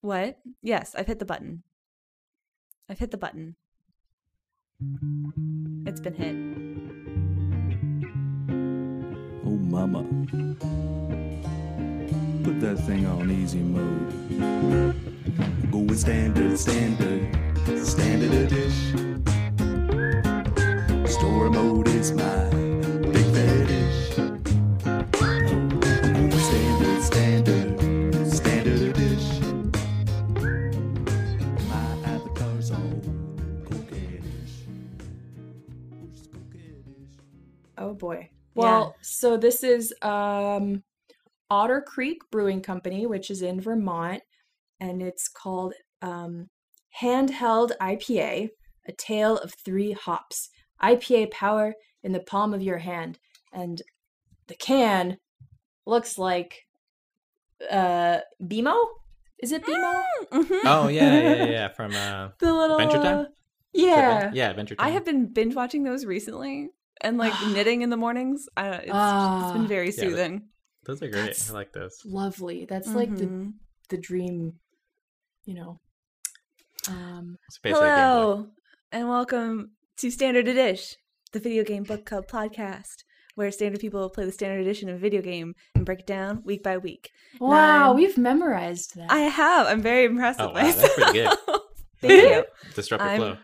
What? Yes, I've hit the button. I've hit the button. It's been hit. Oh, mama. Put that thing on easy mode. Going standard, standard, standard a dish. Store mode is my big fetish. Going standard, standard, standard a dish. My avatar's all coquettish. Just coquettish. Oh boy. Well, so this is um Otter Creek Brewing Company, which is in Vermont, and it's called um Handheld IPA, a tale of three hops. IPA power in the palm of your hand. And the can looks like uh Bimo? Is it Bimo? Mhm. Oh yeah, yeah, yeah, yeah. From uh, The little Adventure Time? uh, is that Yeah. Ven- yeah, Adventure Time. I have been binge watching those recently and like knitting in the mornings. I, it's, it's Ah. been very Yeah, but- soothing. Those are great. That's- I like those. Lovely. That's like Mm-hmm. the Mhm. the dream, you know. Um, It's basically Game Boy. Hello, and welcome to Standard Edition, the video game book club podcast, where standard people play the standard edition of a video game and break it down week by week. wow, Nine. we've memorized that. I have. I'm very impressed Oh, with wow, that's pretty good. myself. Thank Thank you. you. Disrupt your I'm- flow.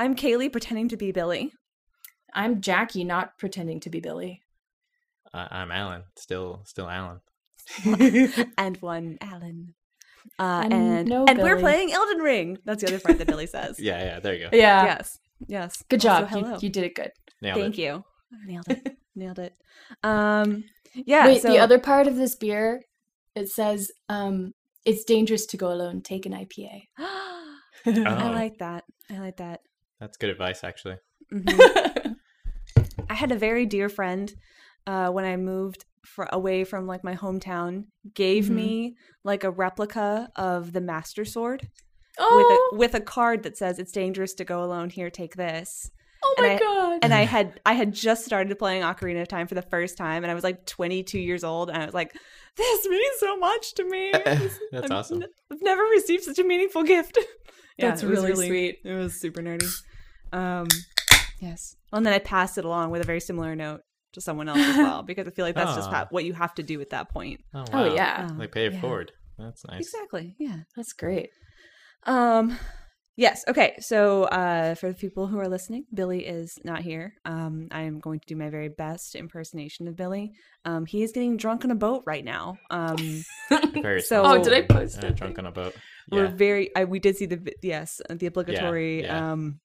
I'm Kaylee pretending to be Billy. I'm Jackie, not pretending to be Billy. I- I'm Alan. Still, still Alan. and one Alan. Uh, And and and, no we're Billy. playing Elden Ring. That's the other part that Billy says. Yeah, yeah. There you go. Yeah. Yes. Yes. Uh, Good Also, job. hello. you, you did it good. Nailed Thank it. you. Nailed it. Nailed it. Um, yeah. Wait, so, the other part of this beer, it says, um, it's dangerous to go alone. Take an IPA. I Oh. like that. I like that. That's good advice, actually. Mhm. I had a very dear friend uh, when I moved fr away from like my hometown. Gave Mhm. me like a replica of the Master Sword oh, with a with a card that says it's dangerous to go alone. Here, take this. oh and my I- god. and I had I had just started playing Ocarina of Time for the first time, and I was like 22 years old, and I was like, "This means so much to me. This- That's I'm- awesome. I've never received such a meaningful gift." That's it was really sweet. It was super nerdy. Um, yes, and then I passed it along with a very similar note to someone else as well, because I feel like that's just Aw. ha- what you have to do at that point. Oh, oh wow. yeah, Um, Like pay it yeah. forward. That's nice. Exactly. Yeah. that's great. Um yes, okay. So uh for the people who are listening, Billy is not here. Um I am going to do my very best impersonation of Billy. Um he is getting drunk on a boat right now. Um Very So- small Oh, did I town, post uh, that drunk thing? on a boat. we're Yeah. very I we did see the vi- yes, uh, the obligatory yeah. um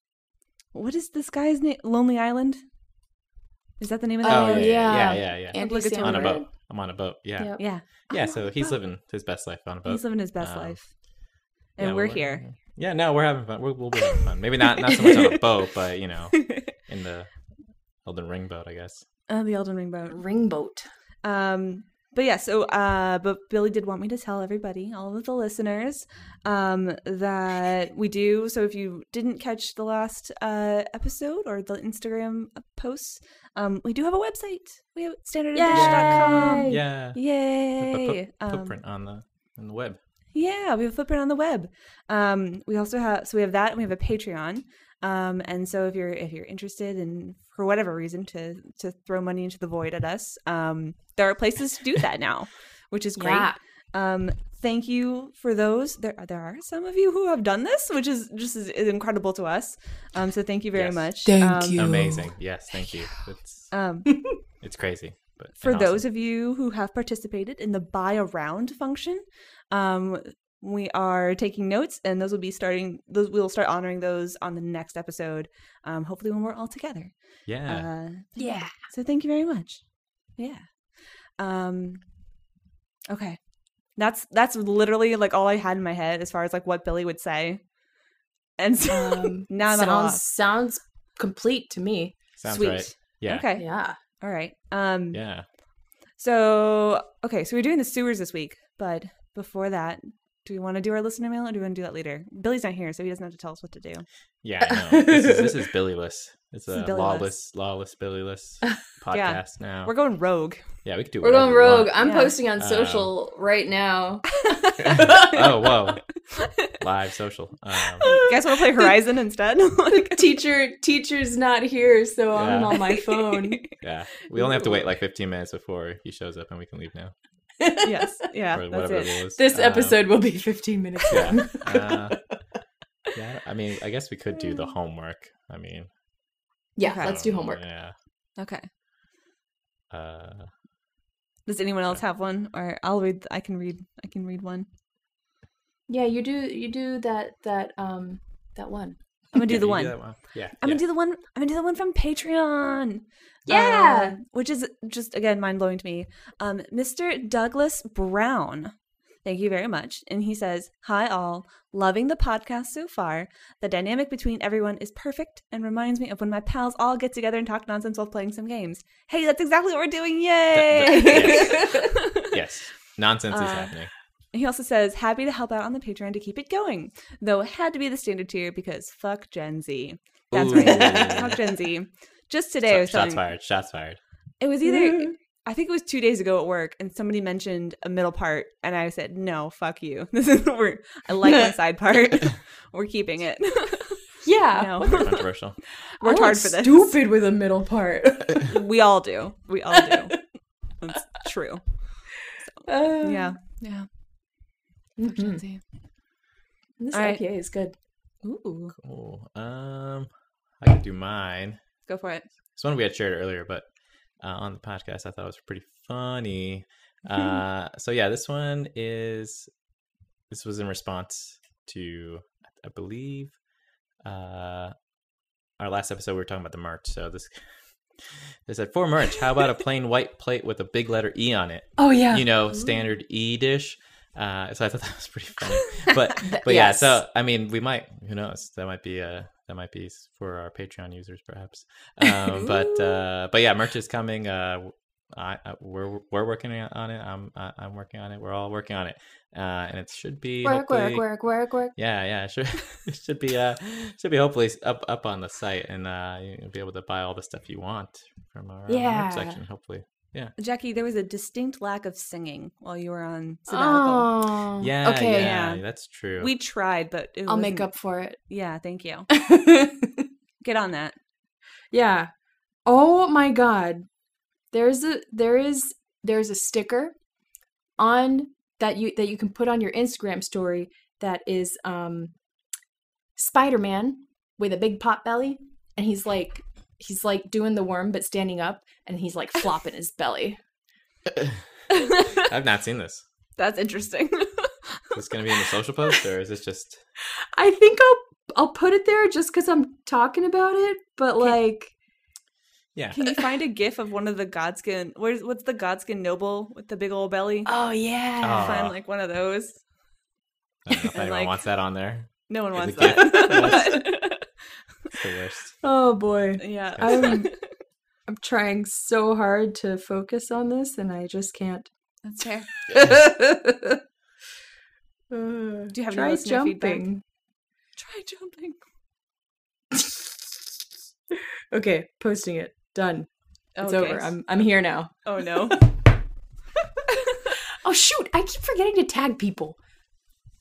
what is this guy's name? Lonely Island? Is that the name of that? Oh, Oh, movie? yeah, yeah, yeah. yeah, yeah. Andy Obligatory. On a Samberg. boat. I'm on a boat. Yeah. Yep. Yeah. Yeah. I'm So on a he's boat. living his best life on a boat. He's living his best Um, life. And Yeah, we're well, here. Yeah. No, we're having fun. We'll, we'll be having fun. Maybe not not so much on a boat, but you know, in the Elden Ring boat, I guess. Uh, the Elden Ring boat. Ring boat. Um, but yeah, so uh, but Billy did want me to tell everybody, all of the listeners, um, that we do. So if you didn't catch the last uh, episode or the Instagram posts, um, we do have a website. We have standardedish.com. Yeah. Yay! Put Um, the footprint on the on the web. yeah, we have a footprint on the web. Um, we also have so we have that and we have a Patreon. Um, and so if you're if you're interested in for whatever reason to to throw money into the void at us, um, there are places to do that now, which is great. Yeah. Um, thank you for those. There there are some of you who have done this, which is just is, is incredible to us. Um, so thank you very Yes. much. Thank Um, you. Amazing. Yes. Thank you. It's Um, it's crazy. But for and awesome. those of you who have participated in the buy around function um, we are taking notes and those will be starting those we'll start honoring those on the next episode um, hopefully when we're all together yeah. uh, Yeah. so thank you very much yeah um, okay that's that's literally like all i had in my head as far as like what billy would say and so Um, Now I'm at a sounds loss. sounds complete to me. sounds sweet right. Yeah. okay Yeah. all right um Yeah. So, okay, so we're doing the sewers this week, but before that, do we want to do our listener mail or do we want to do that later? Billy's not here, so he doesn't have to tell us what to do. Yeah, I know. this, is, this is Billyless. It's This is a Billyless. lawless, lawless Billyless podcast now. We're going rogue. yeah, we could do. We're whatever going we rogue. want. I'm Yeah. posting on Um, social right now. oh whoa! live social. Um, You guys want to play Horizon instead? Like- Teacher, teacher's not here, so I'm Yeah. on my phone. yeah, we only have to wait like 15 minutes before he shows up, and we can leave now. yes. Yeah. or that's whatever it. it was. This Um, episode will be 15 minutes yeah. long. Uh, yeah. I mean, I guess we could do the Mm. homework. I mean, Yeah, Okay. I let's do don't know, homework. Yeah. Okay. Uh, Does anyone else have one? Or I'll read. I can read. I can read one. Yeah, you do you do that that um that one. I'm gonna yeah, do the you one. Yeah. I'm yeah. gonna do the one. I'm gonna do the one from Patreon. Yeah. Uh, which is just again mind blowing to me. Um, Mr. Douglas Brown. Thank you very much. And he says, Hi, all. Loving the podcast so far. The dynamic between everyone is perfect and reminds me of when my pals all get together and talk nonsense while playing some games. Hey, that's exactly what we're doing. Yay! Th- th- Yes. Nonsense Uh, is happening. He also says, happy to help out on the Patreon to keep it going, though it had to be the standard tier because fuck Gen Z. That's right. Ooh. fuck Gen Z. Just today, I Sh- was shots telling, fired. Shots fired. it was either, I think it was two days ago at work, and somebody mentioned a middle part, and I said, no, fuck you. This is, we're, I like my side part. we're keeping it. Yeah. no, Controversial. worked I hard look for this. Stupid with a middle part. We all do. We all do. That's true. Uh, Yeah. Yeah. Fuck mhm. Gen Z. This All right. IPA is good. Ooh. Cool. Um, I could do mine. Go for it. It's one we had shared earlier, but uh, on the podcast, I thought it was pretty funny. Uh, so yeah, this one is this was in response to I believe uh, our last episode we were talking about the merch. So this they said for merch, how about a plain white plate with a big letter E on it? Oh yeah. you know, standard E dish. Uh, so I thought that was pretty funny, but but yeah. So I mean, we might who knows that might be uh that might be s- for our Patreon users perhaps. Um, but uh, but yeah, merch is coming. Uh, I, I we're we're working on it. I'm I, I'm working on it. We're all working on it, uh, and it should be work, hopefully- work, work, work, work. yeah, yeah, it should it should be uh should be hopefully s- up up on the site, and uh, you'll be able to buy all the stuff you want from our uh, Yeah. merch section. Hopefully, Jackie, there was a distinct lack of singing while you were on Ah. sabbatical. Oh. yeah, Okay. yeah, Yeah. that's true. We tried, but it I'll make wasn't- up for it. Yeah, thank you. Get on that. yeah. Oh my god. There's a there is there's a sticker on that you that you can put on your Instagram story that is um Spider-Man with a big pot belly and he's like he's like doing the worm but standing up and he's like flopping his belly. I've not seen this. That's interesting. Is this going to be in the social post, or is this just? I think I'll I'll put it there just cuz I'm talking about it, but like Yeah, Can you find a gif of one of the godskin? Where's what's the godskin noble with the big old belly? oh Can yeah. you find Aw. like one of those. I don't know if anyone like- wants that on there. No one There's wants a gif. that. It's the worst. Oh boy. But- yeah. I'm I'm trying so hard to focus on this and I just can't. That's fair. Do you have any listener feedback? Try jumping. Okay, posting it. Done. It's Okay. over. I'm I'm here now. Oh no. Oh shoot, I keep forgetting to tag people.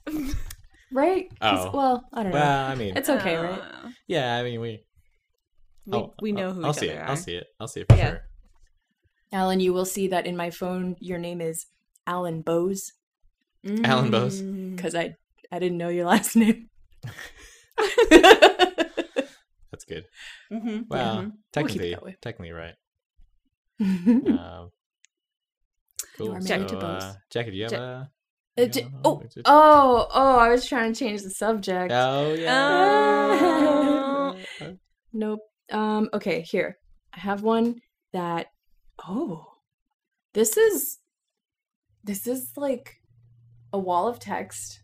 right? 'Cause- Oh. Well, I don't know. Well, I mean, It's okay, right? Uh, yeah, I mean, we We, I'll- we know I'll- who Oh, I'll each see other it. are. I'll see it. I'll see it for Yeah. sure. Alan, you will see that in my phone your name is Alan Bose Alan Bose. Mm. cuz I I didn't know your last name. That's good. Mhm. Well, Mhm. We'll keep it technically, that way. technically right. Uh, Um, cool. are So, married to both. uh, Jackie, do you have Ja- a? d- yeah, oh, it's just- oh, oh, I was trying to change the subject. Oh Uh, yeah. Oh. Nope. Um, okay, here. I have one that oh. This is this is like a wall of text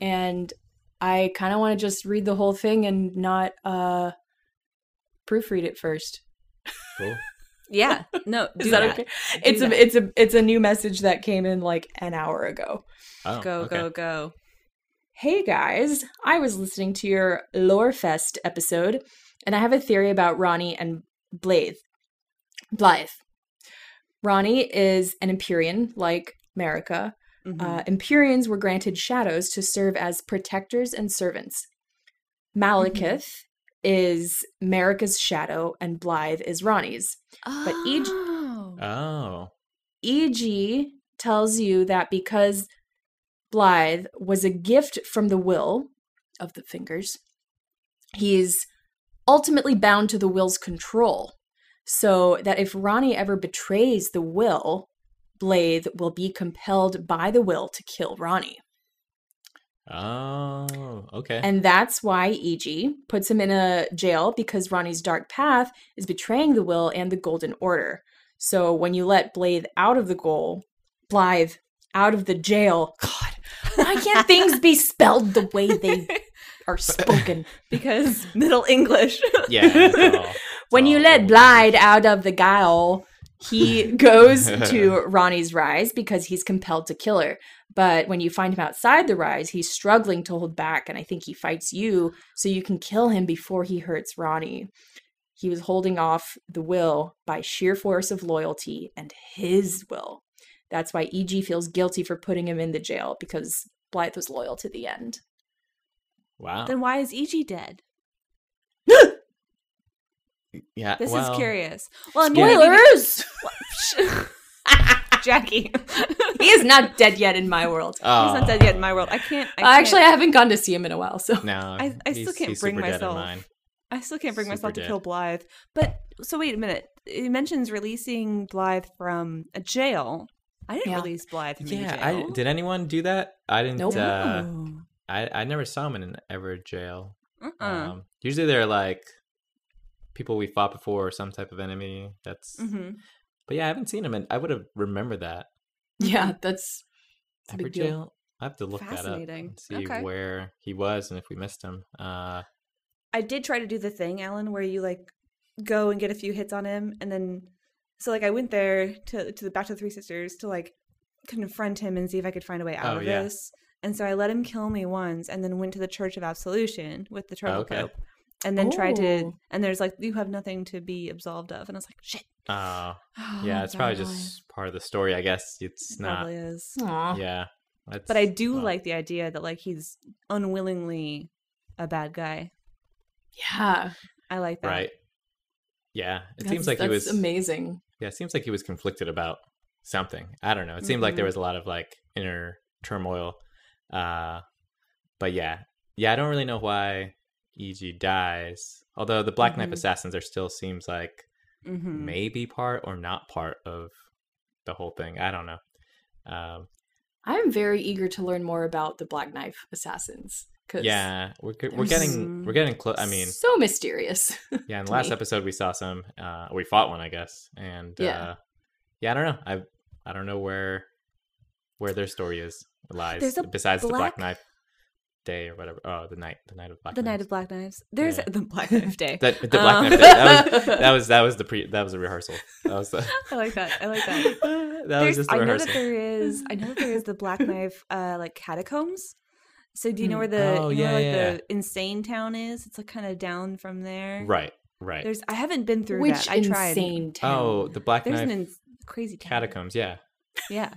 and I kind of want to just read the whole thing and not uh proofread it first. cool. Yeah. No. Is do that, that. okay? It's that. a it's a it's a new message that came in like an hour ago. Oh, Go okay. go go. Hey guys, I was listening to your Lorefest episode, and I have a theory about Ronnie and Blythe. Blythe. Ronnie is an Empyrean, like America, Mm-hmm. Uh, Empyreans were granted shadows to serve as protectors and servants. Malekith is Marika's shadow, and Blythe is Ronnie's. but each- oh. Oh. E.g. E tells you that because Blythe was a gift from the will of the fingers, he's ultimately bound to the will's control. So that if Ronnie ever betrays the will, Blythe will be compelled by the will to kill Ronnie. Oh. Okay. And that's why E.g. puts him in a jail because Ronnie's dark path is betraying the will and the golden order. So when you let Blythe out of the goal, Blythe out of the jail, God, why can't things be spelled the way they are spoken? because Middle English. yeah. it's all- it's When you all let old. Blythe out of the guile, he goes to Ronnie's rise because he's compelled to kill her. But when you find him outside the rise, he's struggling to hold back, and I think he fights you so you can kill him before he hurts Ronnie. He was holding off the will by sheer force of loyalty and his will. That's why E.G. feels guilty for putting him in the jail because Blythe was loyal to the end. Wow. then why is E.G. dead? yeah. This well, is curious. Well, I'm Spoilers! Jackie. he is not dead yet in my world. He's not dead yet in my world. I can't. I Uh, can't- Actually, I haven't gone to see him in a while, so No. I- I still he's- can't he's bring super dead in myself. mine. I still can't bring Super myself to dead. kill Blythe. But so wait a minute. It mentions releasing Blythe from a jail. I didn't Yeah. release Blythe from Yeah. a jail. Oh. I, did anyone do that? I didn't. Nope. Uh, No. I I never saw him in an ever jail. Uh-uh. Um, usually they're like people we fought before or some type of enemy. That's. Mhm. But yeah, I haven't seen him, and I would have remembered that. yeah, that's a Ever big deal. jail. I have to look that up Fascinating. and see Okay. where he was and if we missed him. Uh, I did try to do the thing, Alan, where you like go and get a few hits on him, and then so like I went there to to the back to the three sisters to like confront him and see if I could find a way out Oh, of yeah. this. And so I let him kill me once, and then went to the Church of Absolution with the Trouble Okay. Pope, and then tried to. Oh. And there's like you have nothing to be absolved of, and I was like, shit. uh, yeah, it's probably just part of the story, I guess. It's not. Oh, probably is. Aw. Yeah. That's, But I do well, like the idea that like he's unwillingly a bad guy. Yeah, I like that. Right. Yeah, it that's- seems like he that's was. amazing. Yeah, it seems like he was conflicted about something. I don't know. It seemed like there Mhm. was a lot of like inner turmoil. Uh, but yeah, yeah, I don't really know why E.G. dies. Although the Black Knife Mhm. Assassins are still seems like Mm-hmm. maybe part or not part of the whole thing. I don't know. Um, I'm very eager to learn more about the Black Knife Assassins because yeah, we're g- we're there's- getting we're getting close. I mean, so mysterious. yeah. In the to last me. episode, we saw some. Uh, we fought one, I guess. And Yeah. uh, yeah, I don't know. I I don't know where where their story is lies There's a besides the Black black- Knife Day or whatever. Oh, the night, the night of Black. The Night Knives. of Black Knives. There's Yeah. the Black Knife Day. That, the Black Um, Knife Day. That was, that was that was the pre. That was the rehearsal. That was the. I like that. I like that. that was There's, just the I know rehearsal. that there is. I know that there is the Black Knife, uh, like catacombs. So do you know Hmm. where the Oh, you know, where, yeah, like yeah, yeah. the insane town is? It's like kind of down from there. Right, right. There's. I haven't been through Which that. I tried. insane oh, town. the Black There's Knife an ins crazy town. catacombs. Yeah. Yeah.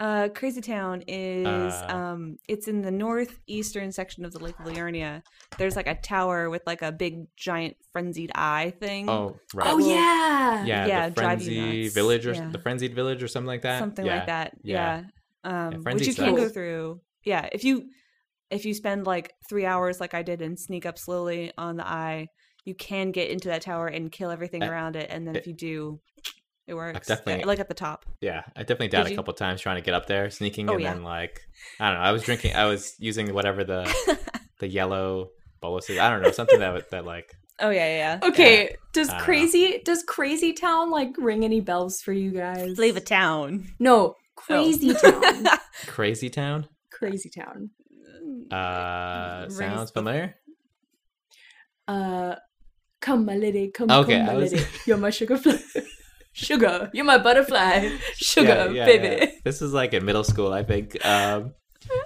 Uh, Crazy Town is Uh. um, it's in the northeastern section of the Lake of Liurnia. There's like a tower with like a big giant frenzied eye thing. Oh, right. Oh Well, yeah, yeah, yeah, the drive you frenzy nuts. village or Yeah. the frenzied village or something like that. something yeah. like that. yeah. Yeah. Um, frenzy which you can go sucks. through. Yeah. If you if you spend like three hours like I did and sneak up slowly on the eye, you can get into that tower and kill everything I- around it. And then it- if you do, it works. definitely- like at the top. Yeah, I definitely died a you? couple times trying to get up there, sneaking, Oh, and yeah. then like I don't know. I was drinking. I was using whatever the the yellow bolus is. I don't know something that would- that like Oh yeah, yeah. yeah. Okay, does I don't know. crazy does Crazy Town like ring any bells for you guys? Slave a town. No, Crazy Town, crazy town. Crazy Town. Uh, Rings sounds the- familiar. Uh, come my lady, come Okay, come my I was- lady, you're my sugar fly, sugar, you're my butterfly, sugar, baby. yeah. This is like in middle school, I think. Um,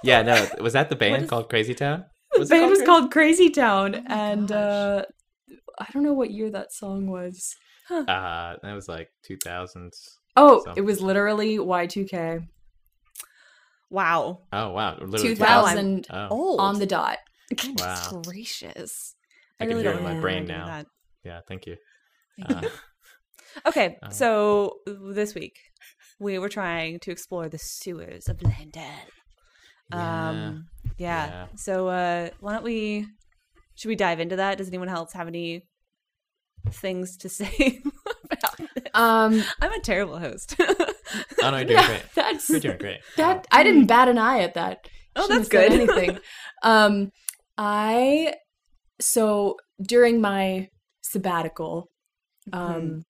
yeah, no, was that the band is- called Crazy Town? The Was Oh it band was Cra- called Crazy Town, my and gosh. uh, I don't know what year that song was. Uh, that was like two thousands. Oh, So- it was literally Y2K. Wow. Oh wow, literally 2000. 2000 Oh, Old. on the dot. Oh, Goodness Wow. gracious. I, can really hear it don't in my know. brain remember now. that. Yeah, thank you. Thank Uh, Okay, Um, so this week we were trying to explore the sewers of London. Um, yeah. yeah. So uh, why don't we? Should we dive into that? Does anyone else have any things to say about it? Um, I'm a terrible host. oh no, you're doing yeah, great. that's You're doing great. that. I didn't bat an eye at that. Oh, Shouldn't that's have said good. Anything. um, I so during my sabbatical, um,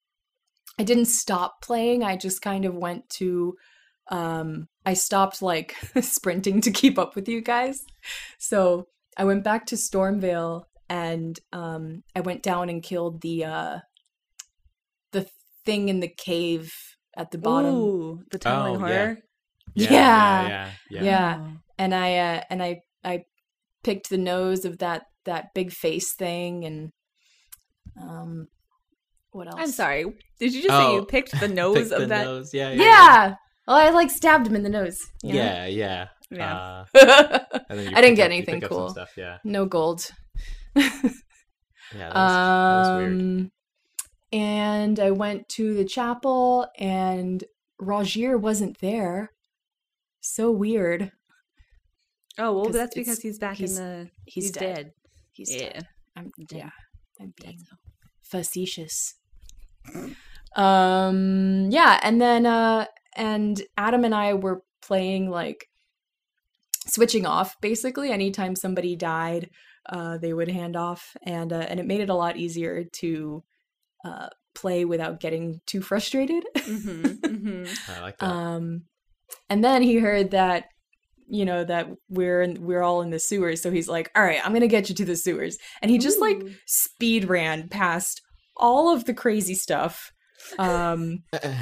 I didn't stop playing. I just kind of went to. Um, I stopped like sprinting to keep up with you guys. So I went back to Stormvale and um, I went down and killed the uh, the thing in the cave at the bottom. Ooh, the tumbling Oh, yeah. horror. Yeah, Yeah. yeah, yeah, yeah. Yeah. and I uh, and I I picked the nose of that that big face thing and um what else? I'm sorry. Did you just say you Oh. picked the Pick nose the of that? nose. Yeah, Yeah. yeah, Well, I like stabbed him in the nose. you know? yeah, yeah. Yeah. Uh, and then you I didn't get pick up- you anything pick up some cool. Stuff. Yeah, no gold. yeah. That was, that was weird. um and I went to the chapel and Rogier wasn't there. So weird. Oh well, 'Cause that's because it's- he's back he's- in the. He's, dead. He's yeah. dead. I'm Dead. yeah. I'm Dead being facetious. um yeah, and then uh and Adam and I were playing like switching off basically anytime somebody died uh they would hand off and uh, and it made it a lot easier to uh play without getting too frustrated hmm hmm I like that. um and then he heard that you know that we're in, we're all in the sewers so he's like all right i'm gonna get you to the sewers and he just like Ooh. speed ran past all of the crazy stuff um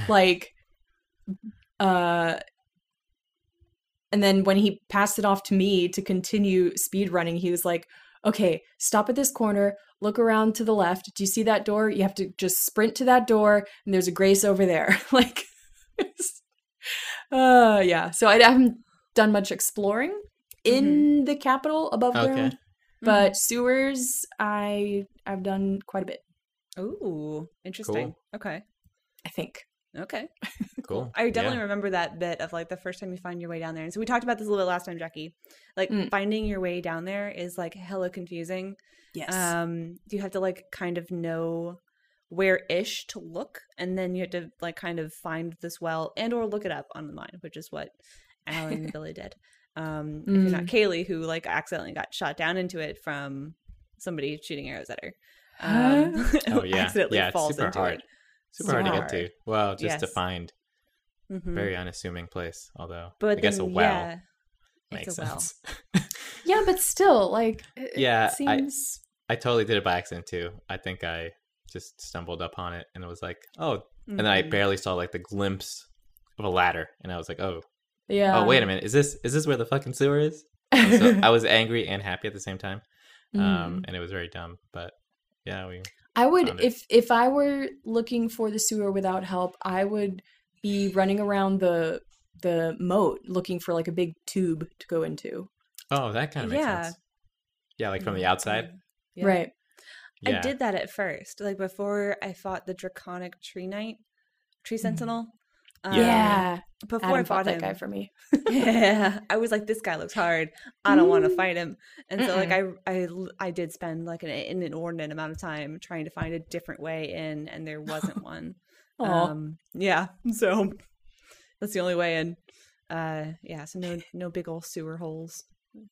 like uh and then when he passed it off to me to continue speed running he was like okay stop at this corner look around to the left do you see that door you have to just sprint to that door and there's a grace over there like it's- uh yeah so i haven't done much exploring in the capital above okay. ground Mm-hmm. but sewers i i've done quite a bit Ooh, interesting. Okay. i think Okay. Cool. I definitely Yeah. remember that bit of like the first time you find your way down there. And so we talked about this a little bit last time, Jackie. Like Mm. finding your way down there is like hella confusing. yes Um you have to like kind of know where ish to look and then you have to like kind of find this well and or look it up online, which is what Alan and Billy did. Um if Mm. you're not Kaylee who like accidentally got shot down into it from somebody shooting arrows at her. Um Oh yeah, accidentally yeah. it's falls super into hard. it. Super hard to get to. Hard. Well, just to Yes. find Mhm. very unassuming place. Although but I guess then, a well yeah, makes it's a well. sense. yeah but still like it, Yeah, it I- seems I totally did it by accident too. I think I just stumbled upon it and it was like, oh, and then I Mhm. barely saw like the glimpse of a ladder, and I was like, oh, yeah oh, Um, wait a minute, is this is this where the fucking sewer is? And so I was angry and happy at the same time, Mm. um, and it was very dumb. But yeah, we Mm-hmm. I found would it. if if I were looking for the sewer without help, I would be running around the the moat looking for like a big tube to go into. oh that kind of makes Yeah. sense. Yeah, like Mm, from the outside. Yeah. Right. Yeah, I did that at first, like before I fought the draconic tree knight, tree sentinel. Um, Mm-hmm. yeah. Before Adam I fought fought that him, guy for me. yeah, I was like, this guy looks hard. I don't want to Mm. fight him. And so, like, I, I, l- I did spend like an, an inordinate amount of time trying to find a different way in, and there wasn't one. Aw. Um, yeah, so that's the only way in. Uh, yeah, so no, no big old sewer holes,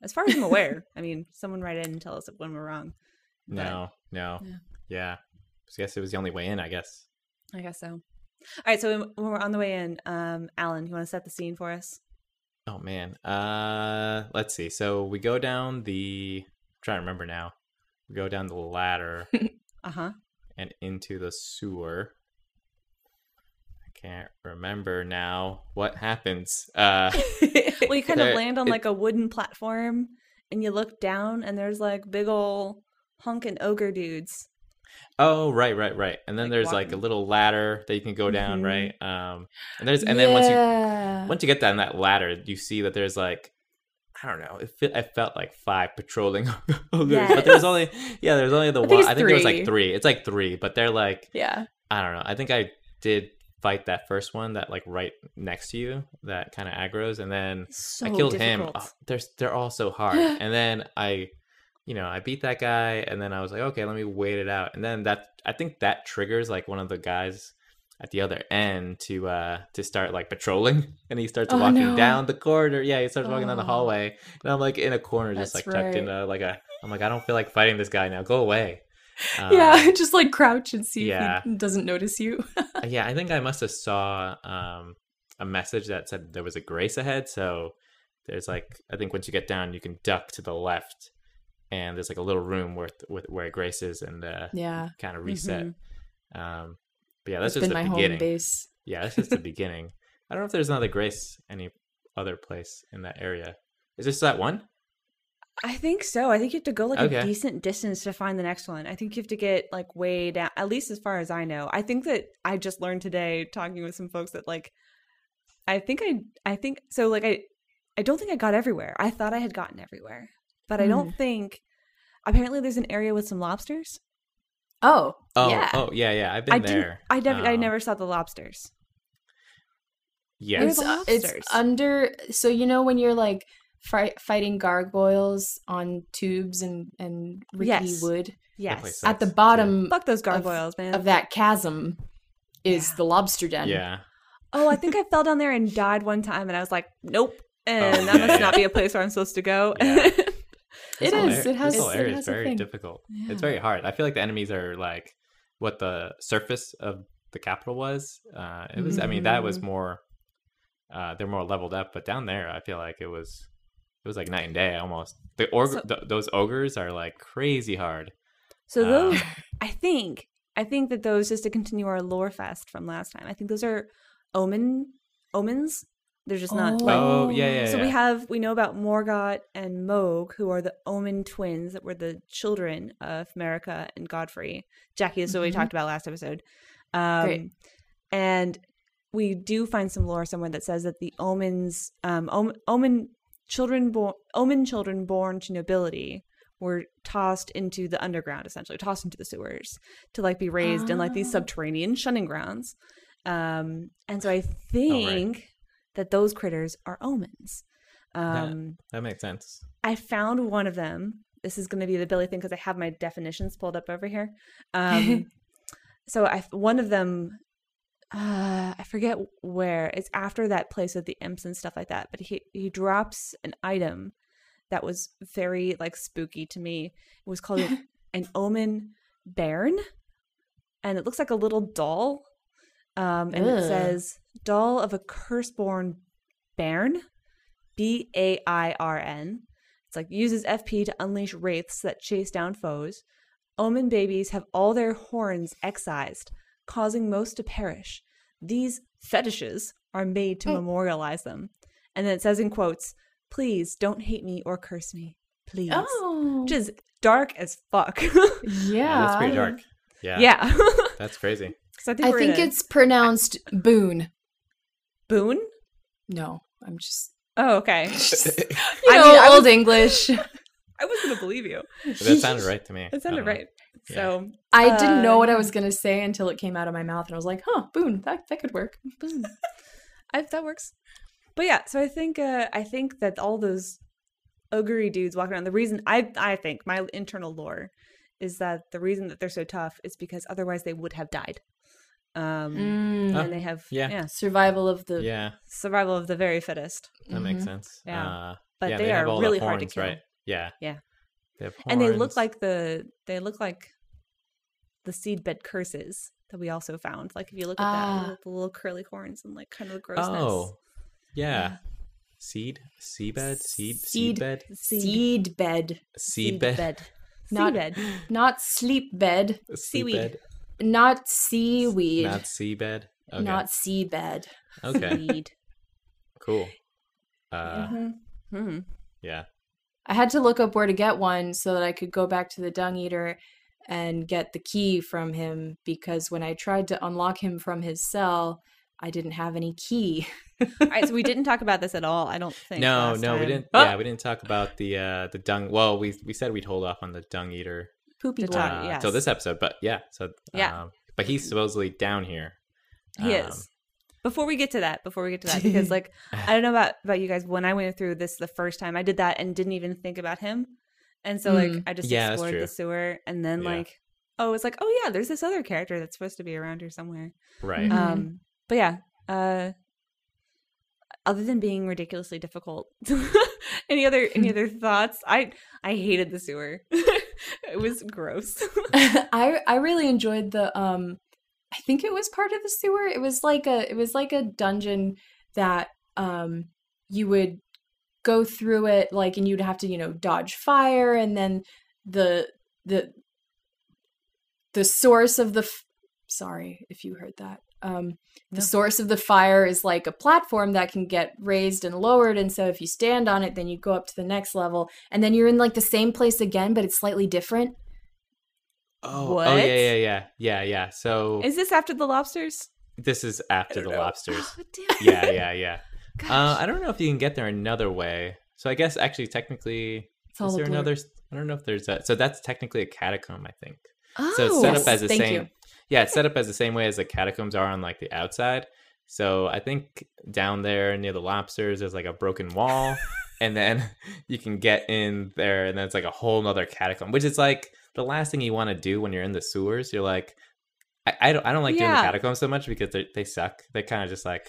as far as I'm aware. I mean, someone write in and tell us when we're wrong. but- no, no, Yeah. yeah. So I guess it was the only way in. I guess. I guess so. All right, so when- when we're on the way in, um, Alan, you want to set the scene for us? Oh man. Uh let's see. So we go down the I'm trying to remember now. We go down the ladder Uh huh. and into the sewer. I can't remember now what happens. Uh Well, you kind of There- land on it- like a wooden platform, and you look down, and there's like big ol' hunk and ogre dudes Oh, right, right, right. And then Like there's like a walking. little little ladder that you can go down, down, Mhm. right? right? Um, and there's and then once you Yeah. once you get down that ladder, you see that there's like I don't know. It, fe- it felt like five patrolling ogres, but there's only yeah, there's only the I think one. it's I think there was three. like three. It's like three, but they're like yeah. I don't know. I think I did fight that first one that like right next to you that kind of aggros, and then So I killed him. difficult. Oh, they're they're all so hard. and then I, you know, I beat that guy, and then I was like, okay, let me wait it out. And then that I think that triggers like one of the guys at the other end to uh to start like patrolling, and he starts Oh, walking no. down the corridor. Yeah, he starts walking down the Oh. hallway, and I'm like in a corner, just That's like tucked in right. a, like a. I'm like, I don't feel like fighting this guy now. Go away. Um, yeah. Just like crouch and see yeah. if he doesn't notice you. yeah, I think I must have saw um, a message that said there was a grace ahead. So there's like, I think once you get down, you can duck to the left, and there's like a little room where with where grace is, and uh, Yeah. Mm-hmm. kind of reset. Um, but yeah, that's It's just been my the home beginning. base. Yeah, that's just the beginning. I don't know if there's another grace any other place in that area. Is this that one? I think so. I think you have to go like Okay. a decent distance to find the next one. I think you have to get like way down, at least as far as I know. I think that I just learned today talking with some folks that like, I think I, I think so. Like I, I don't think I got everywhere. I thought I had gotten everywhere, but I Hmm. don't think. Apparently, there's an area with some lobsters. Oh. Oh, yeah. oh yeah, yeah. I've been I didn't. there. I never. I Um, never saw the lobsters. Yeah, Where It's, the uh, it's lobsters? under. So you know when you're like fri- fighting gargoyles on tubes and and rickety Yes. wood Yes. I- at the Sucks, yeah. bottom Fuck those gargoyles, man. of that chasm is Yeah. the lobster den. yeah. oh, I think I fell down there and died one time, and I was like, nope. And that Oh, yeah, must yeah. not be a place where I'm supposed to go. Yeah. It whole is. ar- It has. This whole it area has is a very thing. difficult. Yeah. It's very hard. I feel like the enemies are like what the surface of the capital was. Uh, it was. I mean, that was Mhm. more. Uh, they're more leveled up, but down there, I feel like it was. It was like night and day almost. The org- So- th- those ogres are like crazy hard. So Um, those, I think, I think that those just to continue our lore fest from last time. I think those are omen omens. They're just not like. Oh, yeah, yeah, So we yeah. have we know about Morgoth and Moog, who are the Omen twins that were the children of Merica and Godfrey. Jackie is what we Mm-hmm. Mhm. talked about last episode. Um, Great. And we do find some lore somewhere that says that the omens, um, om- omen children born, omen children born to nobility were tossed into the underground, essentially tossed into the sewers to like be raised in like these Ah. subterranean shunning grounds. Um, and so I think that those critters are omens. Yeah. Um, That makes sense. I found one of them. This is going to be the Billy thing because I have my definitions pulled up over here. Um, so I one of them, uh, I forget where. It's after that place with the imps and stuff like that. But he he drops an item that was very like spooky to me. It was called an, an omen bairn, and it looks like a little doll. Um, and Ugh. it says doll of a curse-born bairn, B A I R N. It's like uses FP to unleash wraiths that chase down foes. Omen babies have all their horns excised, causing most to perish. These fetishes are made to Mm. memorialize them. And then it says in quotes, please don't hate me or curse me. Please. Oh. Which is dark as fuck. yeah. Yeah, that's pretty dark. Yeah, yeah. that's crazy. so I think, I we're think in a- it's pronounced boon. Boone. No, I'm just. Oh, okay. You I know, mean, I was- old English. I was gonna believe you. That sounded right to me. Uh-huh. I That sounded don't know. right. Yeah. So I didn't know Uh, what I yeah. was gonna say until it came out of my mouth, and I was like, "Huh, boon, that that could work." boom. I, that works. But yeah, so I think uh, I think that all those ogre dudes walking around. The reason I I think my internal lore is that the reason that they're so tough is because otherwise they would have died. Um, Oh, Mm. and they have yeah. Survival of the Yeah, survival of the very fittest. that makes Mhm. sense. Mm-hmm. Yeah. Uh, But yeah, they, have are all the really hard to horns, kill, Right? Yeah. Yeah. They have and they look horns. like the they look like the seedbed curses that we also found. Like if you look at Ah. that, the little- the little curly horns and like kind of the grossness. Oh, yeah. Yeah. Seed, seabed, seed, Seed. seedbed, seed bed, seedbed, Not- Seedbed. not sleep bed, seaweed. seabed, not seaweed, not seabed. Okay. not sea bed. okay. Seed. Cool. Uh, Hmm. yeah. I had to look up where to get one so that I could go back to the dung eater and get the key from him because when I tried to unlock him from his cell, I didn't have any key. all right, so we didn't talk about this at all. I don't think. No, last no, we time. Oh! didn't. Yeah, we didn't talk about the uh the dung. Well, we we said we'd hold off on the dung eater Poopy The boy. dog. uh, yes. till this episode, but yeah. So Yeah. um, but he's supposedly down here. He Um, is. Before we get to that, before we get to that, because like I don't know about about you guys. When I went through this the first time, I did that and didn't even think about him, and so like Mm. I just Yeah, that's explored true. the sewer, and then Yeah. like oh, it's like oh yeah, there's this other character that's supposed to be around here somewhere. Right. Mhm. Um, but yeah, uh, other than being ridiculously difficult, any other any other thoughts? I I hated the sewer. it was gross. I I really enjoyed the um I think it was part of the sewer. It was like a it was like a dungeon that um you would go through it like and you'd have to, you know, dodge fire and then the the the source of the f- sorry if you heard that. Um the No. source of the fire is like a platform that can get raised and lowered and so if you stand on it then you go up to the next level and then you're in like the same place again but it's slightly different. Oh, oh What? yeah, yeah, yeah, yeah, yeah. So Is this after the lobsters? this is after the don't know. lobsters. Oh, damn it. yeah, yeah, yeah. Gosh. Uh, I don't know if you can get there another way. So I guess actually technically It's all is a there blur. another? I don't know if there's a. So that's technically a catacomb, I think. Oh, so it's set Yes, up as the thank same. you. Yeah, it's set up as the same way as the catacombs are on like the outside. So I think down there near the lobsters, there's like a broken wall, and then you can get in there, and then it's like a whole nother catacomb, which is like the last thing you want to do when you're in the sewers. You're like, I, I don't, I don't like doing the Yeah. catacombs so much because they they suck. They're kind of just like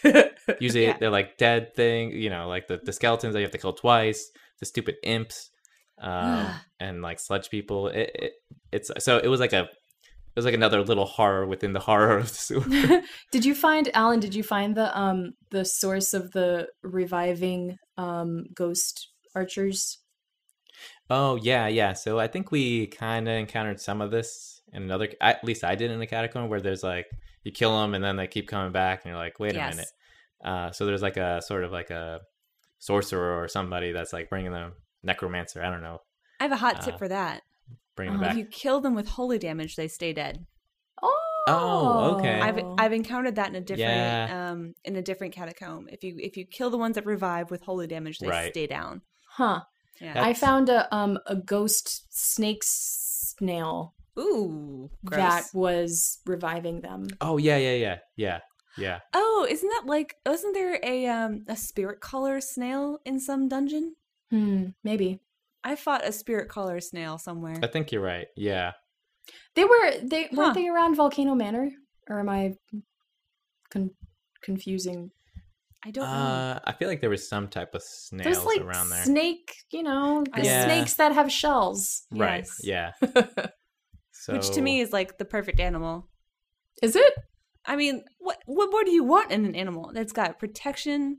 usually Yeah. they're like dead thing, you know, like the the skeletons that you have to kill twice, the stupid imps, um, and like sludge people. It, it it's so it was like a it was like another little horror within the horror of the sewer. did you find Alan? Did you find the um the source of the reviving um ghost archers? Oh yeah, yeah. So I think we kind of encountered some of this in another. At least I did in the catacomb where there's like you kill them and then they keep coming back and you're like, wait a Yes. minute. Uh, so there's like a sort of like a sorcerer or somebody that's like bringing them necromancer. I don't know, I have a hot Uh, tip for that. bringing Oh, them If back. you kill them with holy damage, they stay dead. Oh, Oh, okay. I've I've encountered that in a different Yeah. um in a different catacomb. If you if you kill the ones that revive with holy damage, they Right. stay down. huh. Yeah. That- I found a um a ghost snake snail Ooh, gross. that was reviving them. Oh yeah, yeah, yeah, yeah, yeah. Oh, isn't that like? Wasn't there a um a spirit collar snail in some dungeon? Hmm, maybe I fought a spirit collar snail somewhere. I think you're right. Yeah. they were they Huh. weren't they around Volcano Manor or am I con- confusing? I don't know. Uh, I feel like there was some type of snails There's like around there. snake, you know, the Yeah. snakes that have shells. Right. Yes. Yeah. So, Which to me is like the perfect animal. Is it? I mean, what what more do you want in an animal? It's got protection.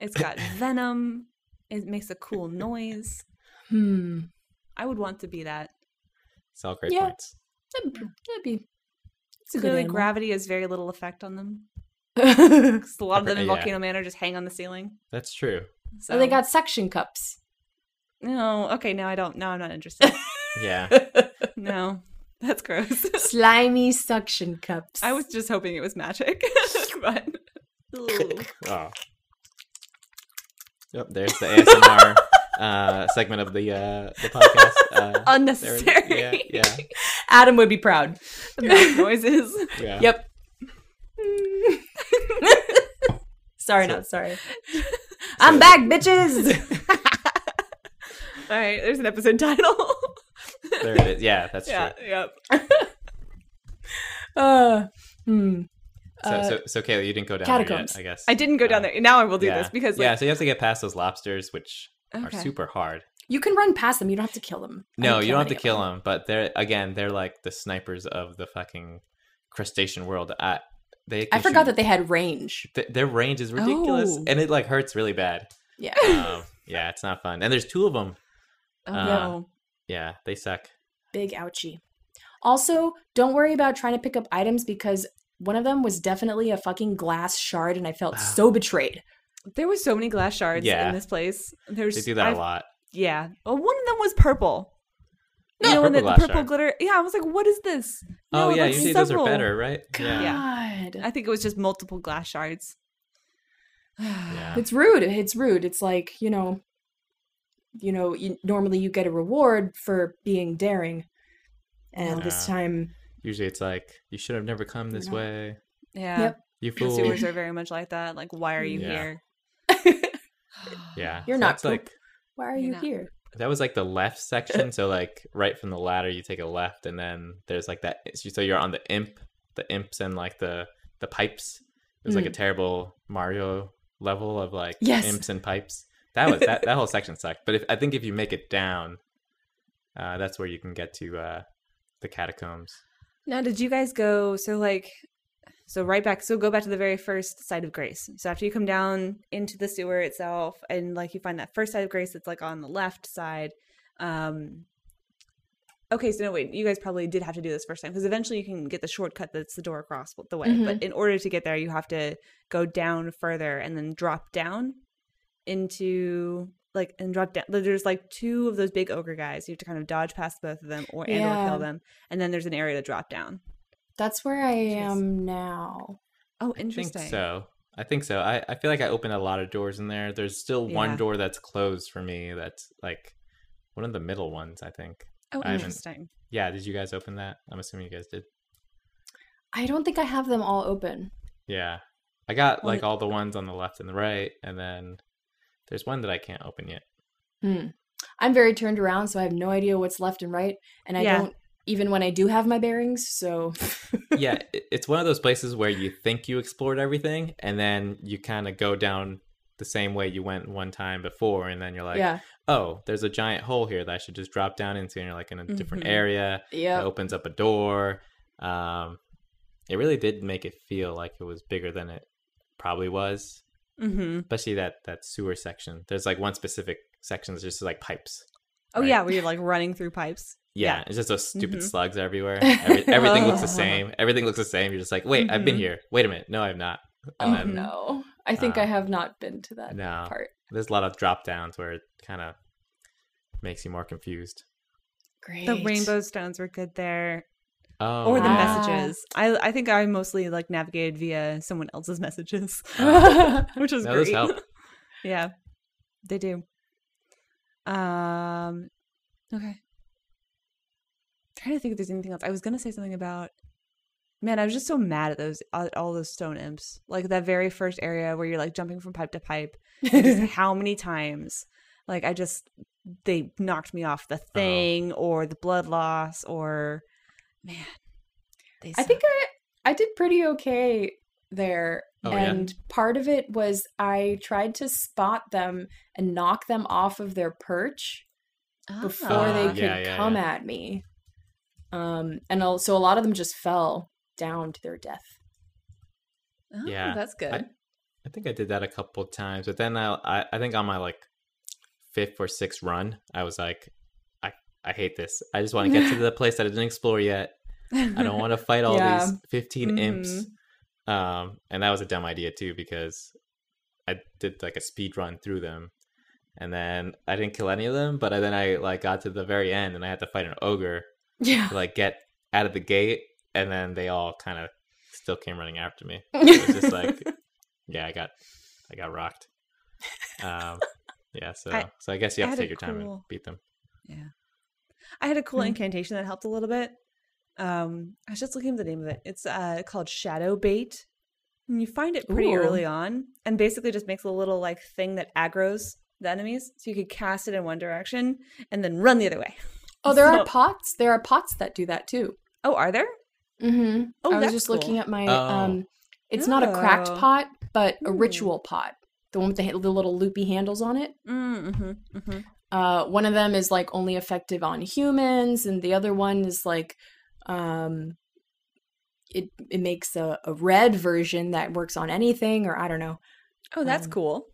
It's got venom. It makes a cool noise. Hmm. I would want to be that. it's all great Yeah. points. That'd, be- that'd be. It's a good Clearly, animal. gravity has very little effect on them. oh, 'Cause a lot of them in Yeah. Volcano Manor just hang on the ceiling. That's true. So Oh, they got suction cups. no. Okay, no, I don't. No, I'm not interested. Yeah. no, that's gross. Slimy suction cups. I was just hoping it was magic, but Ooh. Oh. Yep, there's the ASMR uh, segment of the uh, the podcast. Oh, Uh, there it- unnecessary yeah, yeah, Adam would be proud. mouth noises. yeah. Yep. sorry, not sorry. I'm back, bitches. All right, there's an episode title. There it is. Yeah, that's yeah, true. yep. Uh, hmm. So, Uh, so, so Kayla, you didn't go down catacombs. there yet, I guess. I didn't go down Uh, there. Now I will do yeah. this because yeah, like, so you have to get past those lobsters, which Okay. are super hard. You can run past them. You don't have to kill them. I No, didn't you don't have any to of kill them, but they're again, they're like the snipers of the fucking crustacean world. I, they I forgot that they had range. th- their range is ridiculous, Oh. and it like hurts really bad. Yeah. Um, yeah, it's not fun. And there's two of them. oh uh, no. Yeah, they suck. Big ouchie. Also, don't worry about trying to pick up items because one of them was definitely a fucking glass shard and I felt Ah. so betrayed. There were so many glass shards Yeah. in this place. There's They do that I've- Oh, a lot. Yeah. Well, one of them was purple. you know, when the, Purple the glass purple shard. glitter. Yeah, I was like, what is this? No, oh yeah, that's usually those are several. better, right? Yeah. God. I think it was just multiple glass shards. Yeah. It's rude. It's rude. It's like, you know, you know, you, normally you get a reward for being daring. And this Yeah. time Usually it's like you should have never come this No. way. Yeah. Yep. You fool. Consumers are very much like that. Like, why are you Yeah. here? Yeah. You're so not that's, like why are You're you not- here? that was like the left section. So like right from the ladder, you take a left, and then there's like that. So you're on the imp, the imps, and like the the pipes. It was like a Mm. terrible Mario level of like Yes. imps and pipes. That was that that whole section sucked. But if I think if you make it down, uh, that's where you can get to uh, the catacombs. Now, did you guys go? So, like, so right back. So, go back to the very first site of grace. So, after you come down into the sewer itself, and like you find that first site of grace that's like on the left side. Um, okay, so no, wait. You guys probably did have to do this first time because eventually you can get the shortcut that's the door across the way. But in order to get there, you have to go down further and then drop down into like and drop down. There's like two of those big ogre guys. You have to kind of dodge past both of them or and or Yeah. kill them and then there's an area to drop down. That's where I Jeez. am now. Oh, I think interesting. so. I think so. I, I feel like I opened a lot of doors in there. There's still Yeah. one door that's closed for me. That's like one of the middle ones, I think. Oh, I haven't- interesting. Yeah, did you guys open that? I'm assuming you guys did. I don't think I have them all open. Yeah. I got Well, like it- all the ones on the left and the right, and then there's one that I can't open yet. Hmm. I'm very turned around, so I have no idea what's left and right, and I Yeah. don't even when I do have my bearings. So yeah, i- it's one of those places where you think you explored everything, and then you kind of go down the same way you went one time before, and then you're like, yeah, oh, there's a giant hole here that I should just drop down into, and you're like in a different Mhm. area. yeah, It opens up a door. Um, it really did make it feel like it was bigger than it probably was, Mm-hmm. especially that that sewer section. There's like one specific section that's just like pipes. Oh right? yeah, where you're like running through pipes. Yeah, it's just those stupid Mhm. slugs everywhere. Every, everything looks the Oh. same. Everything looks the same. You're just like, wait, I've been Mhm. here. Wait a minute, no, I've not. Oh Mm-hmm. And then no, I think I Uh, have not been to that no. part. there's a lot of drop downs where it kind of makes you more confused. Great. The rainbow stones were good there, Oh, or the yeah. Ah. messages. I I think I mostly like navigated via someone else's messages, which was No, those great. Oh. help. yeah, they do. Um, okay. trying to think if there's anything else. I was gonna say something about. Man, I was just so mad at those at all those stone imps. Like that very first area where you're like jumping from pipe to pipe, just how many times like i just they knocked me off the thing or the blood loss or man they I think I I did pretty okay there. Oh, yeah? and part of it was I tried to spot them and knock them off of their perch. suck. Oh. before Ah. they Yeah, could yeah, come yeah. at me. Um, and al- so a lot of them just fell down to their death. Oh, Yeah. that's good I- I think I did that a couple times, but then I, I I think on my like fifth or sixth run, I was like, I I hate this. I just want to get to the place that I didn't explore yet. I don't want to fight all Yeah. these 15 imps. Mm-hmm. Um, and that was a dumb idea too because I did like a speed run through them, and then I didn't kill any of them. But then I like got to the very end, and I had to fight an ogre Yeah. to like get out of the gate, and then they all kind of still came running after me. Oh, It was just yeah. like, yeah, I got, I got rocked. Um, yeah, so I- so I guess you I have had to take a your time and cool- beat them. i had a cool Mhm. incantation that helped a little bit um i was just looking at the name of it it's uh called shadow bait and you find it pretty Ooh. early on and basically just makes a little like thing that aggros the enemies so you could cast it in one direction and then run the other way Oh, there So- are pots. There are pots that do that too. oh are there Mm-hmm. oh I was that's just cool. looking at my. Oh. Um, it's not a cracked Oh. pot, but a Hmm. ritual pot. The one with the, ha- the little loopy handles on it. mm mm-hmm. Uh, one of them is like only effective on humans, and the other one is like um, it it makes a, a red version that works on anything, or I don't know. Oh, that's Um, cool.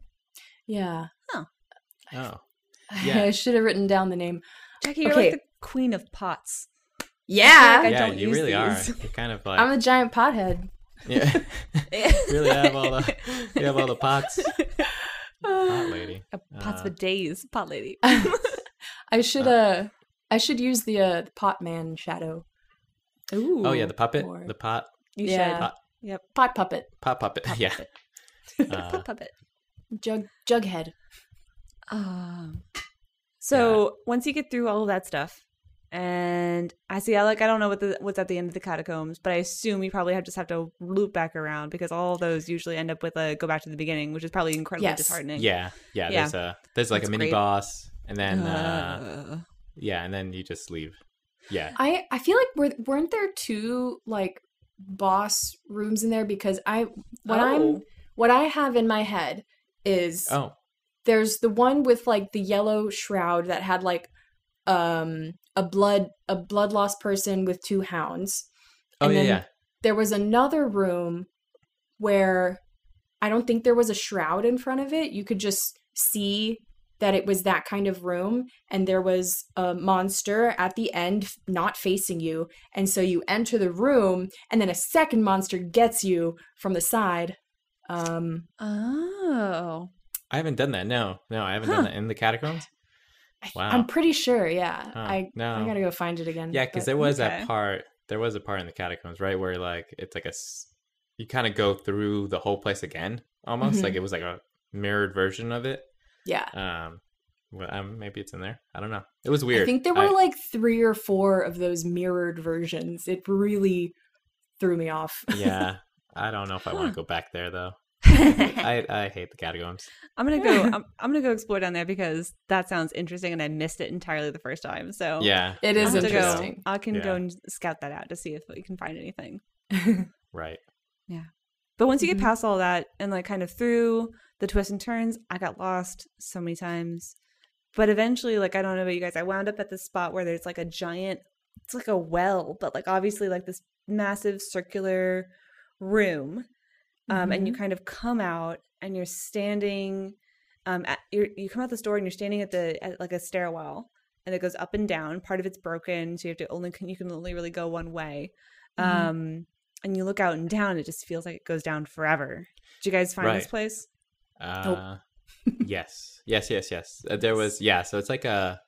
Yeah. Oh, I Yeah. should have written down the name. Jackie, you're okay. like the queen of pots. Yeah. I yeah, don't you use really are. these. You're kind of like, I'm a giant pothead. yeah, really have all the, you have all the pots, pot lady. Uh, pots Uh, Oh, for days, pot lady. I should uh I should use the, uh, the pot man shadow. Ooh. oh yeah, the puppet, Lord. the pot, you Yeah. should. Pot- Yep. Pot puppet. pot puppet. Pop yeah, puppet. uh, Pop puppet. Jug jughead. Um, so once you get through all of that stuff, and I see, I like, I don't know what the, what's at the end of the catacombs, but I assume you probably have just have to loop back around because all those usually end up with a go back to the beginning, which is probably incredibly Yes. disheartening. yeah, yeah. Yeah. There's a there's like That's a mini great. boss, and then uh, Uh, yeah, and then you just leave. Yeah, I I feel like were weren't there two like boss rooms in there because I what I'm oh. what I have in my head is oh there's the one with like the yellow shroud that had like um a blood a blood loss person with two hounds. oh And yeah then yeah There was another room where I don't think there was a shroud in front of it. You could just see that it was that kind of room and there was a monster at the end f- not facing you and so you enter the room and then a second monster gets you from the side um Uh, Oh. I haven't done that. No, no, I haven't Huh. done that in the catacombs. I th- Wow. I'm pretty sure, yeah. Huh, I no. I gotta go find it again. Yeah, because but- there was okay. that part. There was a part in the catacombs, right, where like it's like a s- you kind of go through the whole place again, almost Mhm. like it was like a mirrored version of it. yeah. Um, well, um, maybe it's in there. I don't know. It was I weird. think there were like three or four of those mirrored versions. It really threw me off. yeah, I don't know if I want Huh. to go back there though. I'm I I hate the catacombs. gonna go. I'm, I'm gonna go explore down there because that sounds interesting, and I missed it entirely the first time. So Yeah, It I'll is have to go- interesting. I can go Yeah. and scout that out to see if we can find anything. right. But once you get Mhm. past all that and like kind of through the twists and turns, I got lost so many times. But eventually, like I don't know about you guys, I wound up at this spot where there's like a giant, it's like a well, but like obviously like this massive circular room, um, and you kind of come out and you're standing, um, at, you're, you come out the door and you're standing at the at like a stairwell, and it goes up and down. Part of it's broken, so you have to only you can only really go one way. Mhm. Um, and you look out and down, it just feels like it goes down forever. Did you guys find this Right. place? Uh, yes, yes, yes, yes. Uh, there was yeah. So it's like a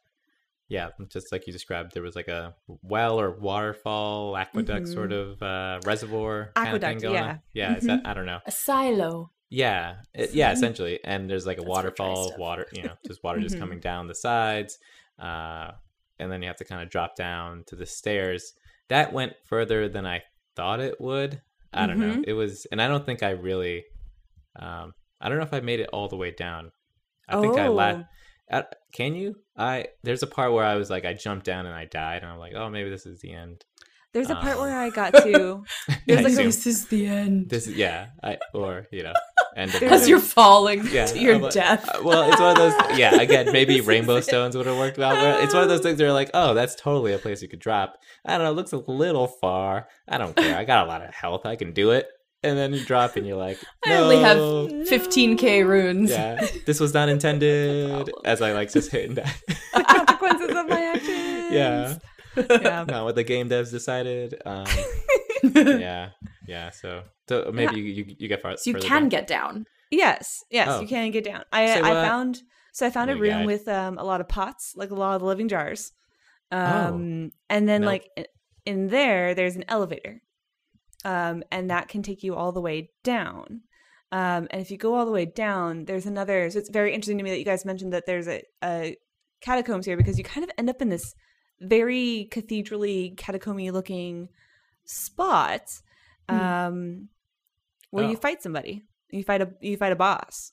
yeah, just like you described. There was like a well or waterfall, aqueduct Mhm. sort Mm-hmm. of uh, reservoir kind of thing Aqueduct, going on. Yeah, is that, I don't know. a silo. Yeah, it, yeah, essentially. And there's like a That's for dry waterfall, stuff. Mm-hmm. water, you know, just water just Mhm. coming down the sides, uh, and then you have to kind of drop down to the stairs. That went further than I thought it would. I don't know. Mm-hmm. Mhm. It was, and I don't think I really. Um, I don't know if I made it all the way down. I think I la- Oh. I- Can you? I there's a part where I was like, I jumped down and I died, and I'm like, oh, maybe this is the end. There's a part where Um, I got to. I There's like assume. a- this is the end. this, is- yeah, I or you know, end of There's the- As you're falling Yeah, to your I'm like- death. Uh, well, it's one of those. Yeah, again, maybe This is rainbow it. stones would have worked out. Where it's one of those things where you're like, oh, that's totally a place you could drop. I don't know. It looks a little far. I don't care. I got a lot of health. I can do it. And then you drop, and you're like, I only have "No." 15k runes. Yeah, this was not intended. As I like just hit and die. the consequences of my actions. yeah, Yeah. not what the game devs decided. Um, yeah, yeah. So, so maybe you, you you get far. So you further can down. get down. Yes. Yes. Oh. You can get down. I So, I uh, found so I found a New room guide. with um a lot of pots, like a lot of living jars. Um, and then Oh. Nope. like i- in there, there's an elevator. Um, and that can take you all the way down. Um, and if you go all the way down, there's another. So it's very interesting to me that you guys mentioned that there's a, a catacombs here because you kind of end up in this very cathedrally catacomby looking spot Hmm. um, where you Oh. fight somebody. You fight a you fight a boss.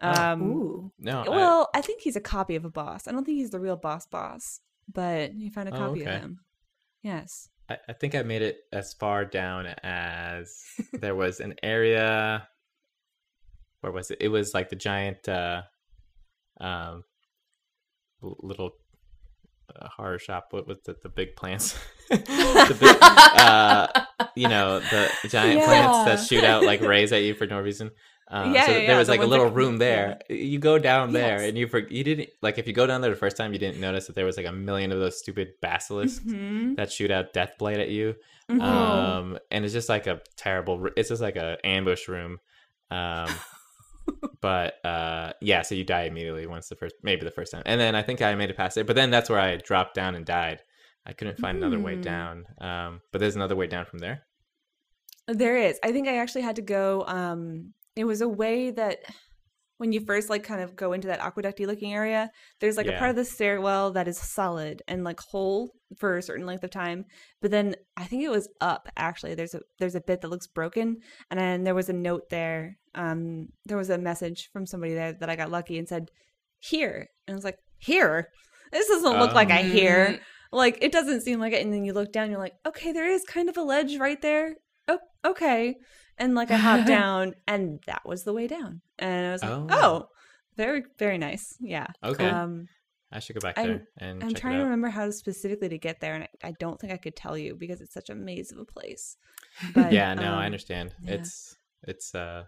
Um, Ooh. No, Oh, I- well, I think he's a copy of a boss. I don't think he's the real boss boss, but you found a Oh, copy okay. of him. Yes. I, I think I made it as far down as there was an area. Where was it? It was like the giant, uh, um, l- little a horror shop with, with the, the big plants. the big, uh, you know, the giant plants that Yeah. shoot out like rays at you for no reason. Um, Yeah, so yeah, there yeah, was the like a ones little that- room there. You go down there Yes. and you for, you didn't like if you go down there the first time you didn't notice that there was like a million of those stupid basilisks Mhm. that shoot out death blade at you. Mhm. Um, and it's just like a terrible. r- It's just like a ambush room. Um, but uh, yeah, so you die immediately once the first, maybe the first time, and then I think I made it past it. But then that's where I dropped down and died. I couldn't find another way Mm. down. Um, but there's another way down from there. There is. I think I actually had to go. Um, it was a way that when you first like kind of go into that aqueducty looking area, there's like a Yeah. part of the stairwell that is solid and like whole for a certain length of time. But then I think it was up actually. There's a there's a bit that looks broken, and then there was a note there. Um, there was a message from somebody there that I got lucky and said, "Here," and I was like, "Here." This doesn't look like a here like it doesn't seem like it and then you look down you're like okay there is kind of a ledge right there oh okay and like i hop down and that was the way down and i was like Oh. oh, very very nice yeah Okay, um I should go back I'm- there and i'm check trying it to out. remember how specifically to get there and I, I don't think i could tell you because it's such a maze of a place but yeah, no, um, I understand. yeah. It's it's uh,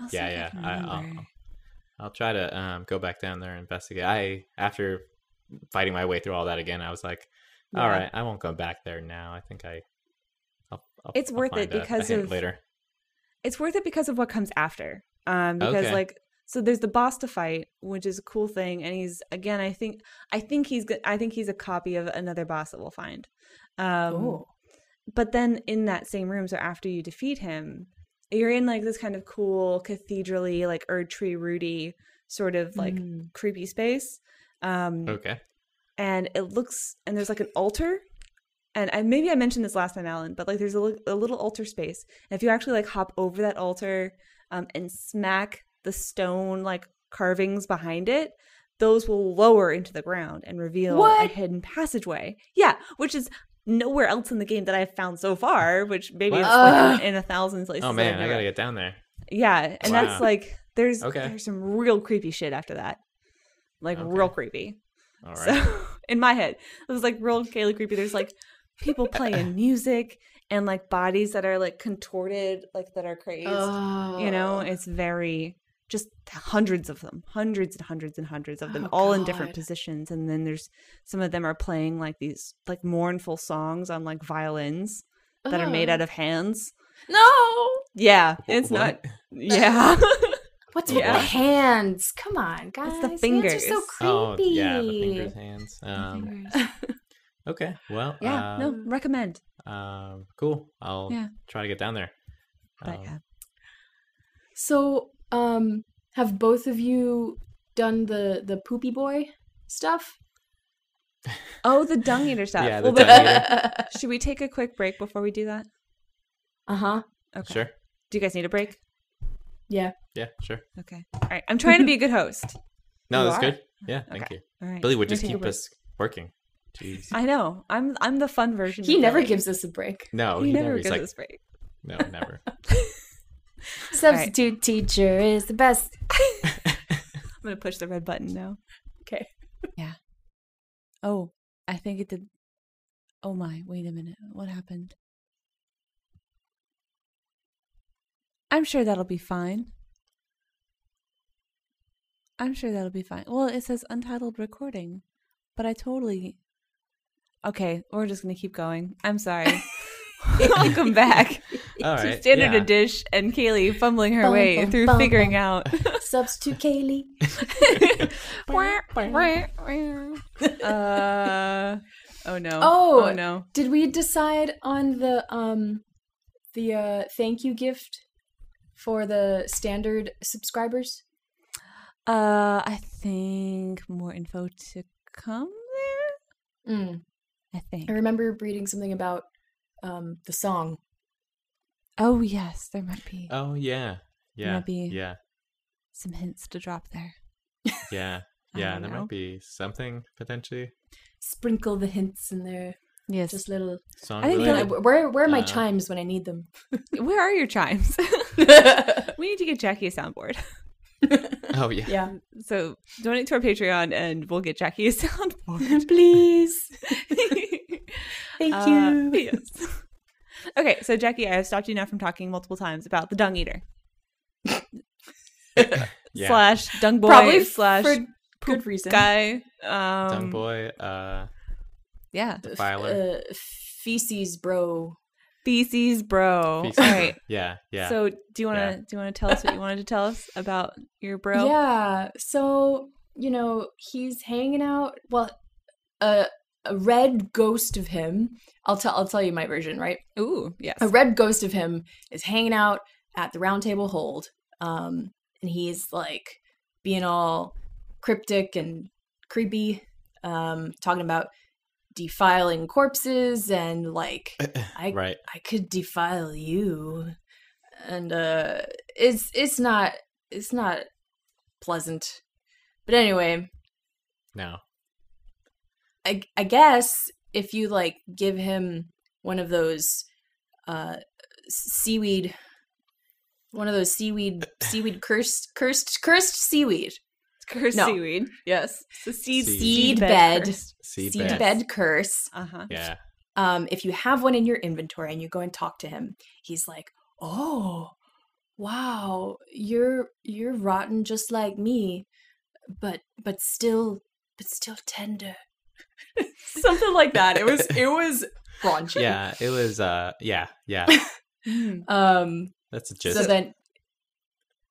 I'll see yeah, if I yeah. can I, I'll, remember. I'll try to um, go back down there and investigate. I after fighting my way through all that again, I was like, all Yeah. right, I won't go back there now. I think I. I'll, I'll, It's I'll worth it find a- a because hint of- later. it's worth it because of what comes after. Um, because Okay. like so, there's the boss to fight, which is a cool thing, and he's again, I think, I think he's, go- I think he's a copy of another boss that we'll find. Um, Oh. But then in that same room, so after you defeat him, you're in like this kind of cool cathedrally, like Erd Tree Rudy sort of like Mm. creepy space. Um, Okay. and it looks and there's like an altar and I, maybe i mentioned this last time alan but like there's a, li- a little altar space and if you actually like hop over that altar um, and smack the stone like carvings behind it those will lower into the ground and reveal a What? hidden passageway yeah which is nowhere else in the game that i've found so far which maybe it's Ugh. like in, in a thousand places Oh that I've man, I never- gotta get down there. yeah and Wow. that's like there's Okay. there's some real creepy shit after that like Okay. real creepy All right. so in my head, it was like real Kaylee creepy. There's like people playing music and like bodies that are like contorted, like that are crazed. You Oh. know, it's very just hundreds of them, hundreds and hundreds and hundreds of them, Oh, all in different God. positions. And then there's some of them are playing like these like mournful songs on like violins that are Uh-huh. made out of hands. Oh. no. Yeah, Wh- it's what? not. Yeah, What's Yeah. with the hands? Come on, guys. It's the Hands are so fingers. creepy. Oh yeah, the fingers, hands. Um, Fingers. okay. Well. yeah. um, no, recommend. Um, cool. I'll Yeah. try to get down there. But Um, yeah. So, um, have both of you done the the poopy boy stuff? Oh, the dung eater stuff. Yeah, the well, but dung eater. uh should we take a quick break before we do that? huh. Okay. Sure. Do you guys need a break? Uh-huh. Yeah. Yeah. Sure. Okay. All right. I'm trying to be a good host. No, You that's are? good. Yeah. Thank you. All right. Billy would We're just gonna take a keep break. us working. Jeez. I know. I'm I'm the fun version. He of never Billy. gives us a break. No, he, never Oh, He's gives like, us break. no, never. Substitute teacher is the best. I'm gonna push the red button now. Okay. Oh, I think it did. Oh my! Wait a minute. What happened? I'm sure that'll be fine. I'm sure that'll be fine. Well, it says untitled recording, but I totally. Okay, we're just gonna keep going. I'm sorry. Welcome back. All to right. Standard yeah. a Dish and Kaylee fumbling her Bum, way bum, through bum, figuring bum. out. Substitute Kaylee. uh, oh no. Oh. oh no. Did we decide on the um the uh thank you gift for the standard subscribers? Uh, I think more info to come there. Mm. I think. I remember reading something about um the song. Oh yes, there might be uh, Oh yeah. Yeah. Might be- Yeah. some hints to drop there. Yeah. I Yeah. don't There know. might be something potentially Sprinkle the hints in there. Yes. Just little song I think related. that- Yeah, where where are my Uh, chimes when I need them? Where are your chimes? we need to get Jackie a soundboard. Oh yeah. yeah. So donate to our Patreon and we'll get Jackie a soundboard. Please. Thank Uh, you. yes. Okay, so Jackie, I have stopped you now from talking multiple times about the dung eater Yeah. slash dung boy Probably slash for good reason. guy. Um, Dung boy, uh, Yeah, defiler. Uh, feces, bro. feces, bro. feces. All right. Yeah. Yeah. So do you want to Yeah. do you want to tell us what you wanted to tell us about your bro? Yeah. So, you know, he's hanging out. Well, a, a red ghost of him. I'll tell I'll tell you my version, right? Ooh, yes. A red ghost of him is hanging out at the round table hold. Um, and he's like being all cryptic and creepy, um, talking about defiling corpses and like I right. I could defile you. And uh it's it's not it's not pleasant. But anyway, No. I I guess if you like give him one of those uh seaweed one of those seaweed seaweed cursed cursed cursed seaweed cursed No. seaweed. Yes, so seed Seed. Seed bed. Seed, seedbed bed. curse Uh huh. Yeah. um, if you have one in your inventory and you go and talk to him, he's like, "Oh, wow, you're you're rotten just like me, but but still but still tender." Something like that. It was it was raunchy. Yeah. It was. Uh. Yeah. Yeah. hmm. Um. That's a gist. so then,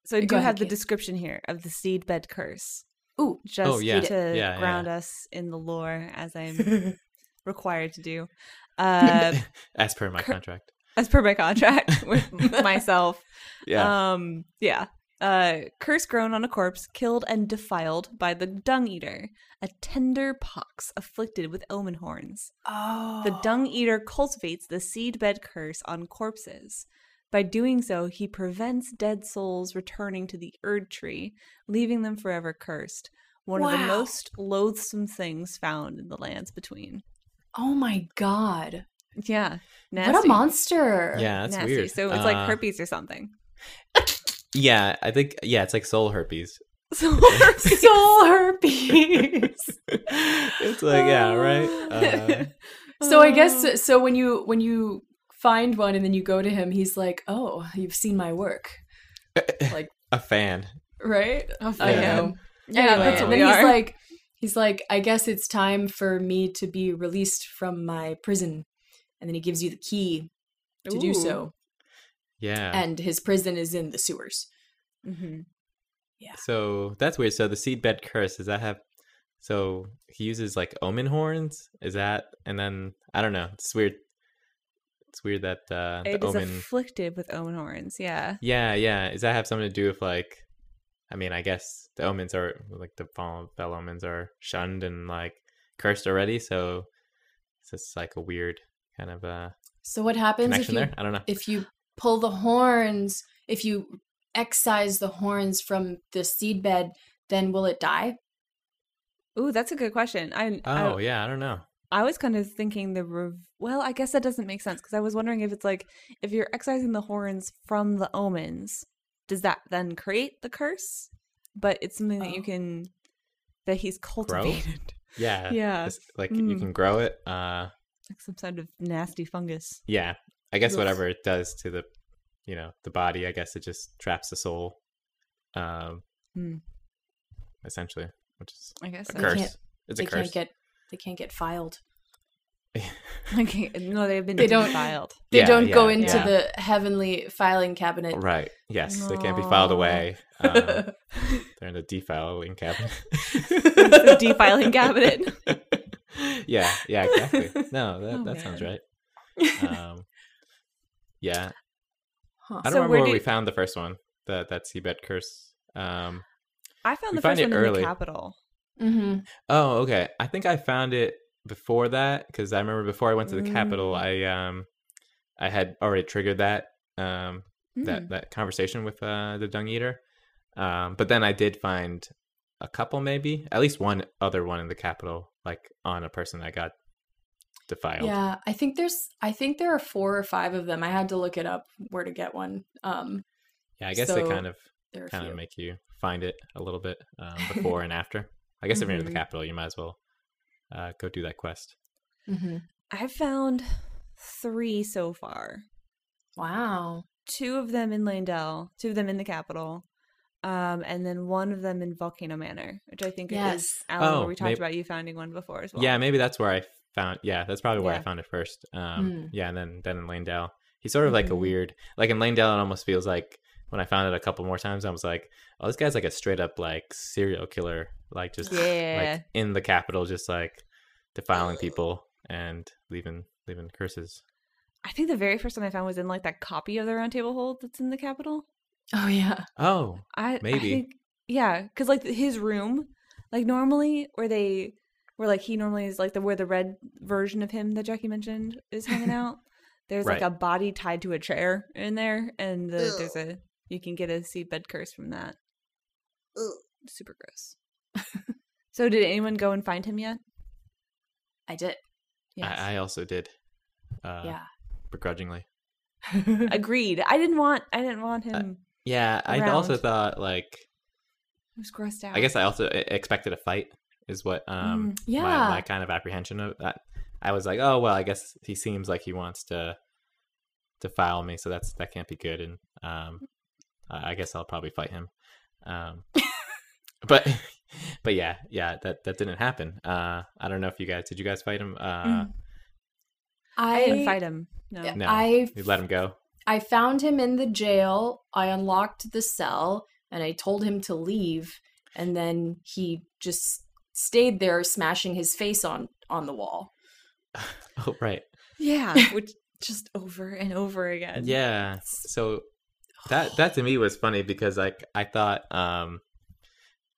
So I Go do ahead, have the Kate. description here of the seed bed curse. ooh, just Oh, yeah. to Yeah, yeah, ground us in the lore as I'm required to do. Uh, as per my cur- contract. as per my contract with myself. Yeah. Um yeah. Uh curse grown on a corpse, killed and defiled by the dung eater, a tender pox afflicted with omen horns. oh, The dung eater cultivates the seed bed curse on corpses. By doing so, he prevents dead souls returning to the Erd tree, leaving them forever cursed. One of the Wow. most loathsome things found in the lands between. Oh my god, Yeah, what a monster! yeah. That's nasty. weird. So it's like Uh, herpes or something. Yeah. I think. Yeah. It's like soul herpes. So Soul herpes. it's like yeah. Right. Uh, So I Oh. guess uh, so when you when you find one and then you go to him, he's like, "Oh, you've seen my work, a fan. right?" I fan. know. Yeah, Anyway, that's what and we then he's are. like, he's like, "I guess it's time for me to be released from my prison," and then he gives you the key to do Ooh. so, Yeah. and his prison is in the sewers. Mm-hmm. Mhm. So that's weird. So the seed bed curse does that have? So he uses like omen horns. Is that? And then I don't know. It's weird. It's weird that uh, the It is omen. afflicted with omen horns. Yeah. yeah, yeah. Does that have something to do with like? I mean, I guess the omens are like the fall fell omens are shunned and like cursed already. So it's just like a weird kind of uh, So what happens if connection you there. I don't know. if you pull the horns? If you excise the horns from the seed bed, then will it die? Ooh, that's a good question. I I- oh yeah, I don't know. I was kind of thinking the rev- well, I guess that doesn't make sense because I was wondering if it's like if you're excising the horns from the omens, does that then create the curse? But it's something that you Oh. can that he's cultivated, Yeah. Yeah. it's like you Mm. can grow it. Uh, like some sort of nasty fungus. yeah i guess Ugh. whatever it does to the you know the body i guess it just traps the soul um Hmm. essentially which is I guess a so. can't- curse it's a they curse can't get they can't get filed. Okay, no, they've been They don't- defiled. They Yeah, don't go yeah, into yeah. the heavenly filing cabinet. right yes they can't be filed Aw. away um, they're in the defiling cabinet the defiling cabinet. yeah yeah exactly no that, Oh, that sounds man. right um yeah Huh. i don't So where remember where do we you- found the first one the that seabed curse um I found We the find first it one in early. the capital. Mm-hmm. Oh, okay. I think I found it before that because I remember before I went to the Capitol, Mm. I um, I had already triggered that um Mm. that that conversation with uh the dung eater, um. But then I did find a couple, maybe at least one other one in the Capitol, like on a person that got defiled. Yeah, I think there's I think there are four or five of them. I had to look it up where to get one. Um, Yeah, I guess they So, kind of there are a kind of few. make you find it a little bit um, before and after. I guess if you're in Mm-hmm. the Mhm. capital, you might as well uh, go do that quest. Mhm. I've found three so far. Wow. Two of them in Landell, two of them in the capital, um, and then one of them in Volcano Manor, which I think is Yes. Alan, where Oh, we talked mayb- about you finding one before as well. Yeah, maybe that's where I found. Yeah, that's probably where I Yeah. Hmm. found it first. Um, Mm. Yeah, and then then in Landale, he's sort of like a Mhm. Mm-hmm. weird. Like in Landale, it almost feels like when I found it a couple more times, I was like, "Oh, this guy's like a straight up like serial killer, like just Yeah. Oh. like in the capital, just like defiling people and leaving leaving curses." I think the very first one I found was in like that copy of the Round Table Hold that's in the Capitol. Oh yeah. Oh, I I Maybe. think- yeah, because like his room, like normally where they where like he normally is like the where the red version of him that Jackie mentioned is hanging out. There's like Right. a body tied to a chair in there, and the, there's a you can get a seabed curse from that. Super gross. so did anyone go and find him yet? I did. Yes. I, I also did. Uh, yeah. begrudgingly. Agreed. I didn't want I didn't want him. Yeah, I also Around. thought like I was grossed out. I guess I also e- expected a fight is what Hmm. um yeah. my, my kind of apprehension of that. I was like, oh well, I guess he seems like he wants to to foul me, so that's that can't be good, and um, I I guess I'll probably fight him. Um, but but yeah, yeah, that that didn't happen. Uh, I don't know if you guys did. You guys fight him? Uh, Mm. I didn't fight him. No. Yeah. No, I- you let him go. I found him in the jail. I unlocked the cell and I told him to leave. And then he just stayed there, smashing his face on on the wall. Oh right, Yeah, which just over and over again. yeah. So that that to me was funny because like I thought um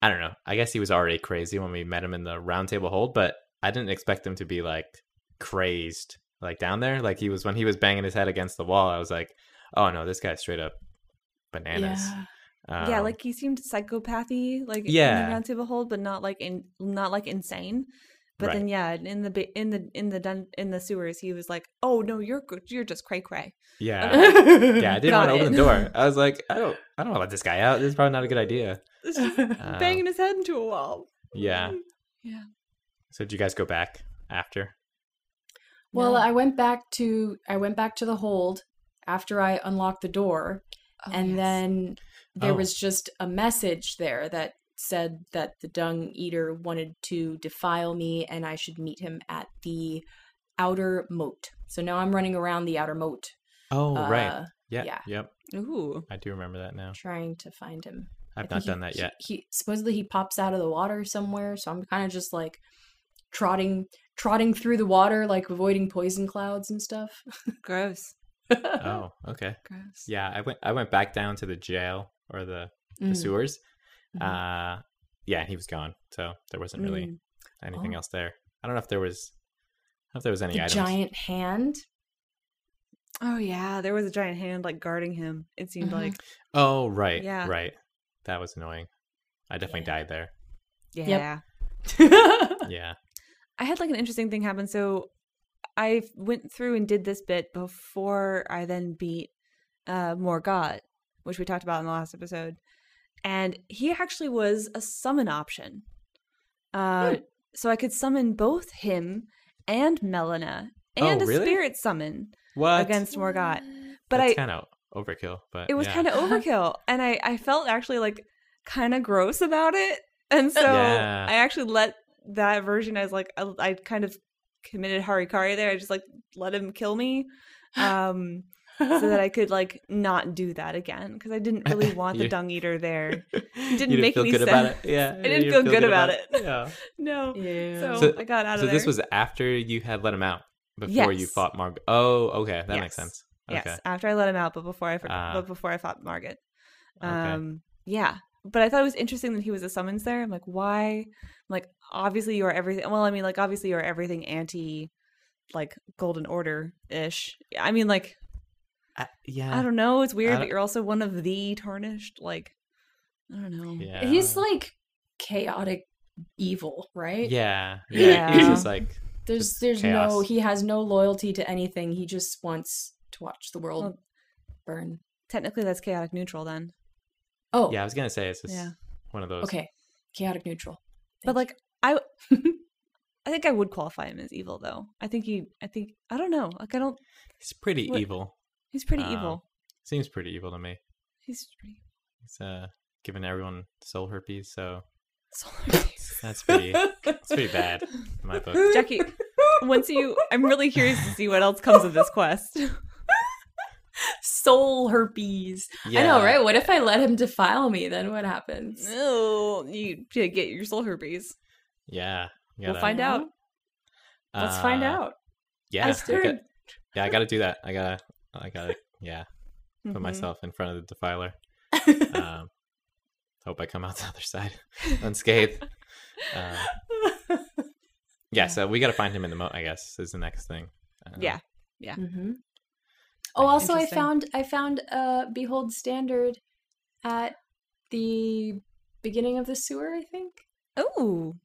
I don't know. I guess he was already crazy when we met him in the round table hold, but I didn't expect him to be like crazed like down there. Like he was when he was banging his head against the wall, I was like, "Oh no, this guy's straight up bananas." Yeah. yeah, Um, like he seemed psychopathy, like in Yeah. the round table hold, but not like in not like insane. But Right. then, yeah, in the ba- in the in the dun- in the sewers, he was like, "Oh no, you're go- you're just cray cray." yeah. Yeah, I yeah. didn't want to uh, Got open it. the door. I was like, I don't I don't want to let this guy out. This is probably not a good idea. It's just Uh, banging his head into a wall. yeah. Yeah. So did you guys go back after? Well, No. I went back to I went back to the hold after I unlocked the door, Oh, and yes. then there Oh. was just a message there that said that the dung eater wanted to defile me and I should meet him at the outer moat. So now I'm running around the outer moat. Oh, uh, right. Yeah. yeah. Yep. ooh, I do remember that now. trying to find him. I've I not think he- done that he- yet. He, supposedly he pops out of the water somewhere, so I'm kind of just like trotting trotting through the water like avoiding poison clouds and stuff. gross, uh-huh. oh, okay. gross. Yeah, I went I went back down to the jail or the, the Mm. sewers. Mhm. Mm-hmm. Uh yeah, and he was gone. So there wasn't really Mm. anything Oh. else there. I don't know if there was I don't know if there was any the items. giant hand. Oh yeah, there was a giant hand like guarding him. It seemed Mhm. like Oh right. Yeah. Right. That was annoying. I definitely died there. yeah. Yeah. I had like an interesting thing happen. So I f- went through and did this bit before I then beat uh, Morgott, which we talked about in the last episode. And he actually was a summon option. Uh, Hmm. So I could summon both him and Melina and Oh, a really? spirit summon What against Morgott. But That's I, kind of overkill, but it was Uh, yeah. kind of overkill and i i felt actually like kind of gross about it and so Yeah. i actually let that version as like I, I kind of committed harikari there i just like let him kill me um so that i could like not do that again because i didn't really want the You- dung eater there you didn't make feel any good about it. sense. Yeah. I you didn't feel good about it. Yeah. no Yeah. so, So- i got out so of there this was after you had let him out before you Yes. fought Margaret. Oh, okay, that makes Yes. sense. Okay. Yes, after I let him out, but before I for- Ah. but before I fought Margaret. Okay. Um, yeah, but I thought it was interesting that he was a summons there. I'm like, why? I'm like, obviously you are everything. Well, I mean, like, obviously you are everything anti, like Golden Order ish. I mean, like, I- yeah. I don't know. It's weird, but Uh, don't- you're also one of the tarnished. Like, I don't know. Yeah. He's like chaotic evil, right? Yeah. Yeah. Yeah. He's just like There's just there's no chaos. he has no loyalty to anything. He just wants to watch the world Well- burn. Technically, that's chaotic neutral then. Oh. yeah. I was gonna say it's just Yeah. one of those. Okay. Chaotic neutral. But like I I think I would qualify him as evil though. I think he I think I don't know. Like I don't He's pretty What- evil. he's pretty Um, evil. Seems pretty evil to me. He's pretty He's uh giving everyone soul herpes, so solar. that's pretty that's pretty bad in my book. Jackie, once you I'm really curious to see what else comes of this quest. Soul herpes. I know, Yeah. right? What if I let him defile me? Then what happens? Oh, you get your soul herpes. Yeah. you We'll gotta- find out. Let's find uh, out. Yeah. I I stirred. got- yeah, I gotta do that. I gotta I gotta yeah. Put Mhm. Mm-hmm. myself in front of the defiler. Um hope I come out the other side unscathed. Um, yeah, so we gotta find him in the moat, I guess, is the next thing. Um, Yeah. hmm Oh, also, I Interesting. found I found uh, Behold Standard at the beginning of the sewer. I think. Oh,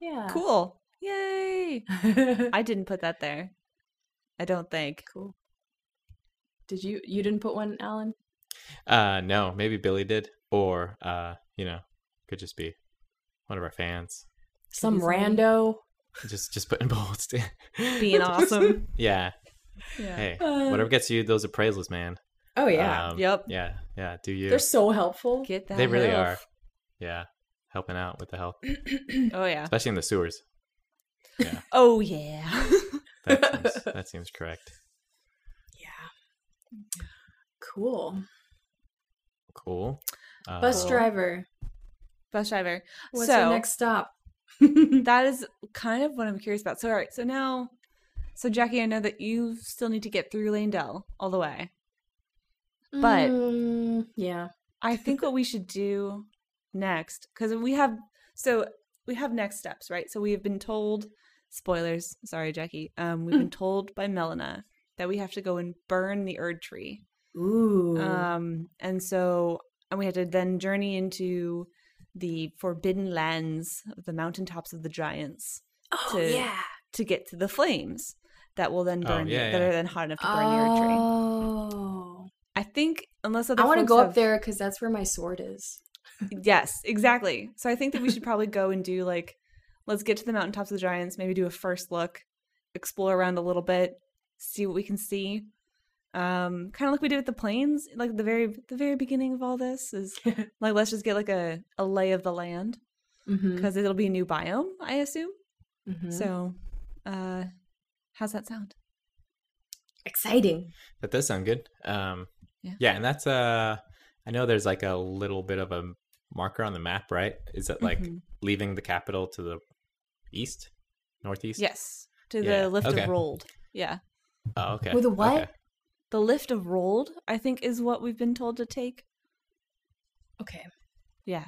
Yeah. cool. Yay. I- I didn't put that there. I don't think. cool. Did you you didn't put one, Alan? Uh no, maybe Billy did. Or uh, you know, could just be one of our fans. Some somebody- rando. Just just putting bolts in. Being awesome. yeah. Yeah. Hey. Uh, Whatever gets you those appraisals, man. Oh yeah, Um, Yep. Yeah. Yeah. Do you they're so helpful. Get that. they really health. are. Yeah. Helping out with the health. Oh yeah. Especially in the sewers. Oh yeah. That seems, that seems correct. Yeah. Cool. Cool. Uh, Bus Cool. driver. Bus driver. What's so our next stop? that is kind of what I'm curious about. So all right. So now, so Jackie, I know that you still need to get through Landell all the way. But- Mm, yeah. I think what we should do next, because we have so we have next steps, right? So we have been told spoilers. Sorry, Jackie. Um, we've been Mm. told by Melina that we have to go and burn the Erd tree. Ooh. Um, and so and we had to then journey into the forbidden lands of the mountaintops of the giants oh to yeah. to get to the flames that will then Oh, burn the- yeah, that yeah. are then hot enough to burn the Erd tree. Oh. I think unless other I want to folks go up have- there because that's where my sword is. Yes, exactly. So I think that we should probably go and do like, let's get to the mountaintops of the giants, maybe do a first look, explore around a little bit, see what we can see. Um, kind of like we did with the plains, like the very the very beginning of all this is like let's just get like a, a lay of the land Mm-hmm. because it'll be a new biome, I assume. So So, uh, how's that sound? exciting. That does sound good. Um, Yeah. yeah. and that's uh, I know there's like a little bit of a marker on the map, right? Is it like Mhm. leaving the capital to the east, northeast? Yes, to Yeah, the lift okay. of rolled. Yeah, Oh, okay. With a what? Okay. the lift of rolled, I think, is what we've been told to take. Okay. Yeah.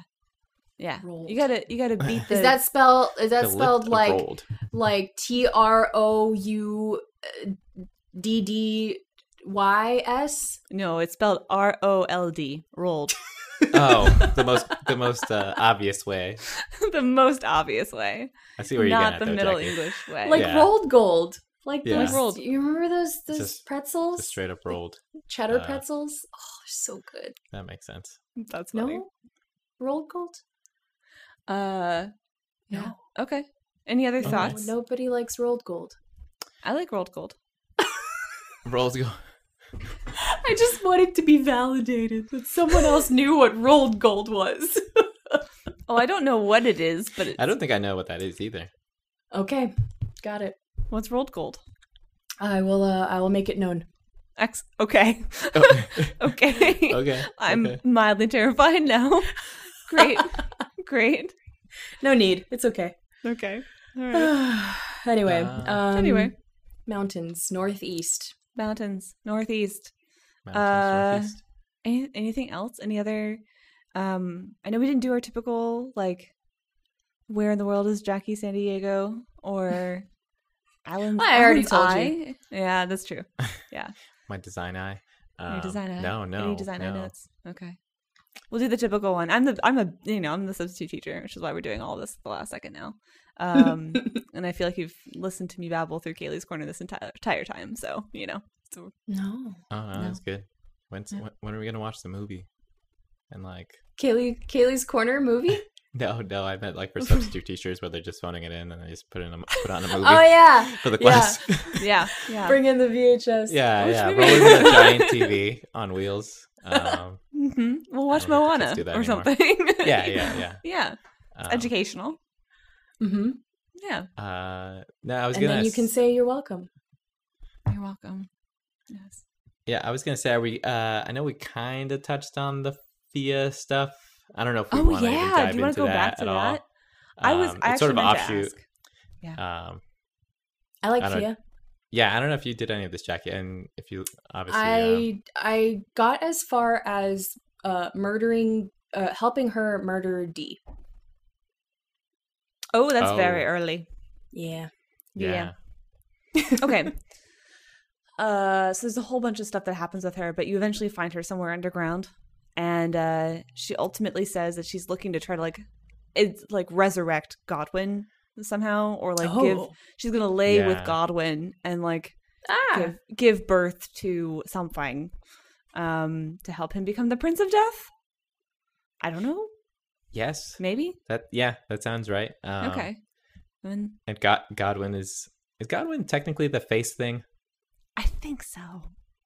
Yeah. Rolled. You gotta you gotta beat the Is that spell? Is that The lift spelled of like gold. like T R O U D D Y S? No, it's spelled R O L D rolled. Oh, the most the most uh, obvious way. the most obvious way. I see where you're Not getting the at though, middle Jackie. English way. Like Uh, Yeah. rolled gold. Like Yeah. those, Rolled. you remember those those Just- pretzels, Just straight up rolled. cheddar uh, pretzels? Oh, so good. That makes sense. that's funny. No, rolled gold. Uh No, Yeah. okay. Any other No, Okay. thoughts? nobody likes rolled gold. I like rolled gold. Rolled gold. I just wanted to be validated that someone else knew what rolled gold was. Oh, I don't know what it is, but it's, I don't think I know what that is either. Okay, got it. what's rolled gold? I will. Uh, I will make it known. Ex- okay. okay. okay. okay. I'm mildly terrified now. Great. Great. No need. It's okay. Okay. All right. anyway. Uh, um, anyway. Mountains northeast. Mountains, northeast. Mountains uh, northeast. Any, anything else? Any other? Um, I know we didn't do our typical like, where in the world is Jackie San Diego or Alan's? I already Alan's told eye? Yeah, that's true. My design eye. Any Um, design eye? No, no. Any design eye no. notes? Okay. We'll do the typical one. I'm the I'm a you know I'm the substitute teacher, which is why we're doing all this at the last second now. Um, and I feel like you've listened to me babble through Kaylee's corner this entire entire time, so you know. No. Oh, no, No. that's good. When's, Yeah. when, when are we going to watch the movie? and like Kaylee Kaylee's Corner movie. no, no, I meant like for substitute teachers where they're just phoning it in and they just put in a put on a movie Oh yeah, for the yeah. class. Yeah, yeah. bring in the VHS. Yeah, Which yeah. movie? Rolling with a giant TV on wheels. Um, hmm We'll watch I don't think Moana kids do or that anymore. something. yeah, yeah, yeah. yeah. Um, Educational. Mhm. Yeah. Uh, no, I was And gonna. then you can s- say you're welcome. You're welcome. Yes. yeah, I was gonna say. Are we? Uh, I know we kind of touched on the Fia stuff. I don't know if we Oh want to yeah. dive Do you want into to go that back to at that? all. I was. Um, I it's sort of actually an meant to ask. offshoot. Um, I like I don't- Fia. yeah, I don't know if you did any of this, Jackie, and if you obviously. um, I I got as far as uh murdering uh helping her murder D. Oh, that's Oh. very early. Yeah. yeah. Okay. Uh, so there's a whole bunch of stuff that happens with her, but you eventually find her somewhere underground, and uh, she ultimately says that she's looking to try to like, it's like resurrect Godwin somehow, or like give. Oh. She's gonna lay with Yeah. Godwin and like Ah. give give birth to something um to help him become the prince of death i don't know Yes. maybe That yeah, that sounds right. Um, okay I, mean, And God, Godwin is is Godwin technically the face thing? I think so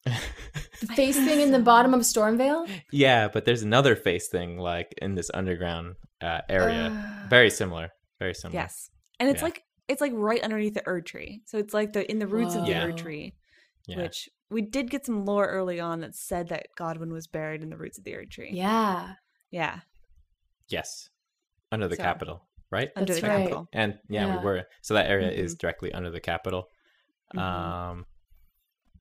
The face thing in the bottom of Stormvale? Yeah, but there's another face thing like in this underground uh, area. Very similar. Very similar. yes and it's Yeah. like it's like right underneath the ur tree so it's like the in the roots of the Yeah. ur tree Yeah. which we did get some lore early on that said that godwin was buried in the roots of the ur tree Yeah. yeah Yes. Under the So- capital, right? under That's the right. capital And yeah, Yeah. we were. So that area is Mm-hmm. directly under the capital. Mhm. Um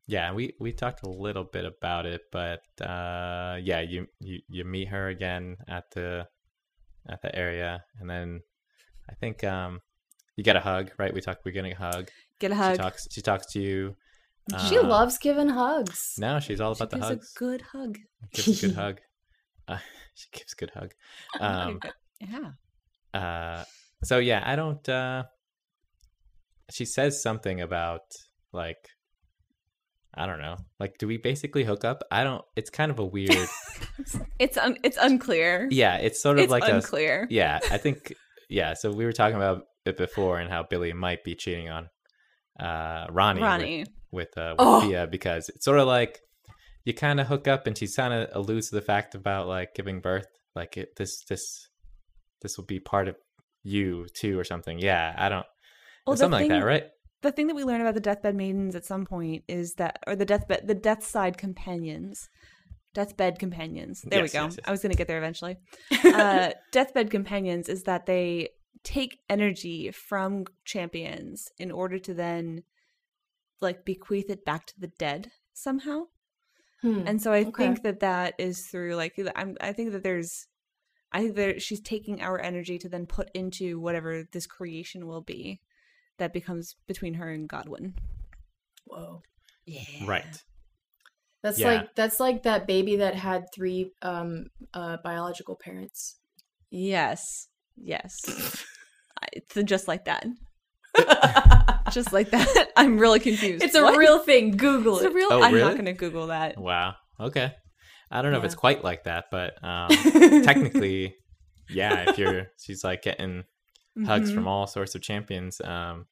yeah, we we talked a little bit about it, but uh yeah, you you you meet her again at the at the area and then I think um you get a hug, right? We talk we're getting a hug. get a She hug talks she talks to you. she Uh, loves giving hugs. No, she's all she about the gives hugs. a good hug gives a good hug. Uh, she gives a good hug. Oh Um, yeah uh, so yeah, I don't. Uh, she says something about like, I don't know. Like, do we basically hook up? I don't. It's kind of a weird. it's un- it's unclear yeah, it's sort of it's like unclear a. Yeah, I think. Yeah, so we were talking about it before and how Billy might be cheating on uh, Ronnie, with- Ronnie. with uh, with Oh. Thea because it's sort of like you kind of hook up, and she kind of alludes to the fact about like giving birth, like it, this this this will be part of you too or something. Yeah, I don't Well, the something like thing- that, right? The thing that we learn about the deathbed maidens at some point is that, or the deathbed, the death side companions, deathbed companions. There Yes, we go. yes, yes. I was going to get there eventually. uh, deathbed companions is that they take energy from champions in order to then, like, bequeath it back to the dead somehow. Hmm. And so I Okay. think that that is through like the- I'm, I think that there's I think that she's taking our energy to then put into whatever this creation will be that becomes between her and Godwin. Whoa. Yeah. Right. That's Yeah. like that's like that baby that had three um uh biological parents. Yes. Yes. I, it's just like that. just like that. I'm really confused. It's a What? real thing. Google It's it. a real Oh, I'm really? not going to google that. Wow. Okay. I don't know if it's Yeah. quite like that, but um, technically, yeah. If you're, she's like getting hugs Mhm. from all sorts of champions. Um,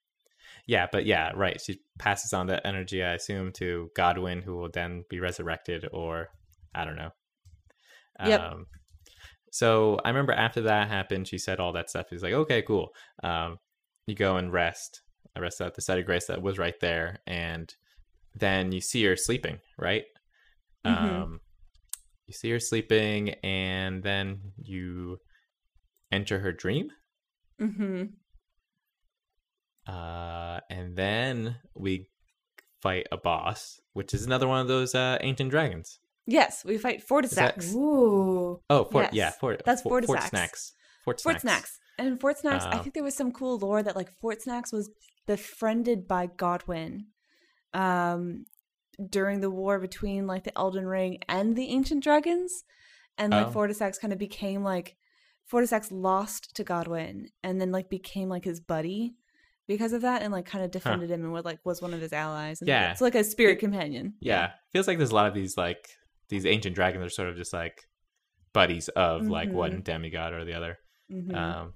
yeah, but yeah, right. She passes on that energy, I assume, to Godwin, who will then be resurrected, or I don't know. Yep. Um, so I remember after that happened, she said all that stuff. He's like, okay, cool. Um, you go and rest. I rest at the side of grace that was right there, and then you see her sleeping, right? Mhm. Um, you see her sleeping, and then you enter her dream. Mhm. Uh, and then we fight a boss, which is another one of those uh, ancient dragons. Yes, we fight that- Fortisax. Ooh. Oh, Fort, Yes. yeah, Fort. That's Fort, Fort Fortisax. Snacks. Fort Snacks. Fort Snacks. And Fort Snacks, I Uh, think there was some cool lore that like Fort Snacks was befriended by Godwin um during the war between like the Elden Ring and the Ancient Dragons. And like Oh. Fortisax kind of became like Fortisax lost to Godwin and then like became like his buddy because of that and like kind of defended him and was like was one of his allies. And Yeah. It's like a spirit companion. Yeah, feels like there's a lot of these like these ancient dragons are sort of just like buddies of like one Mhm. demigod or the other. Mhm. Um,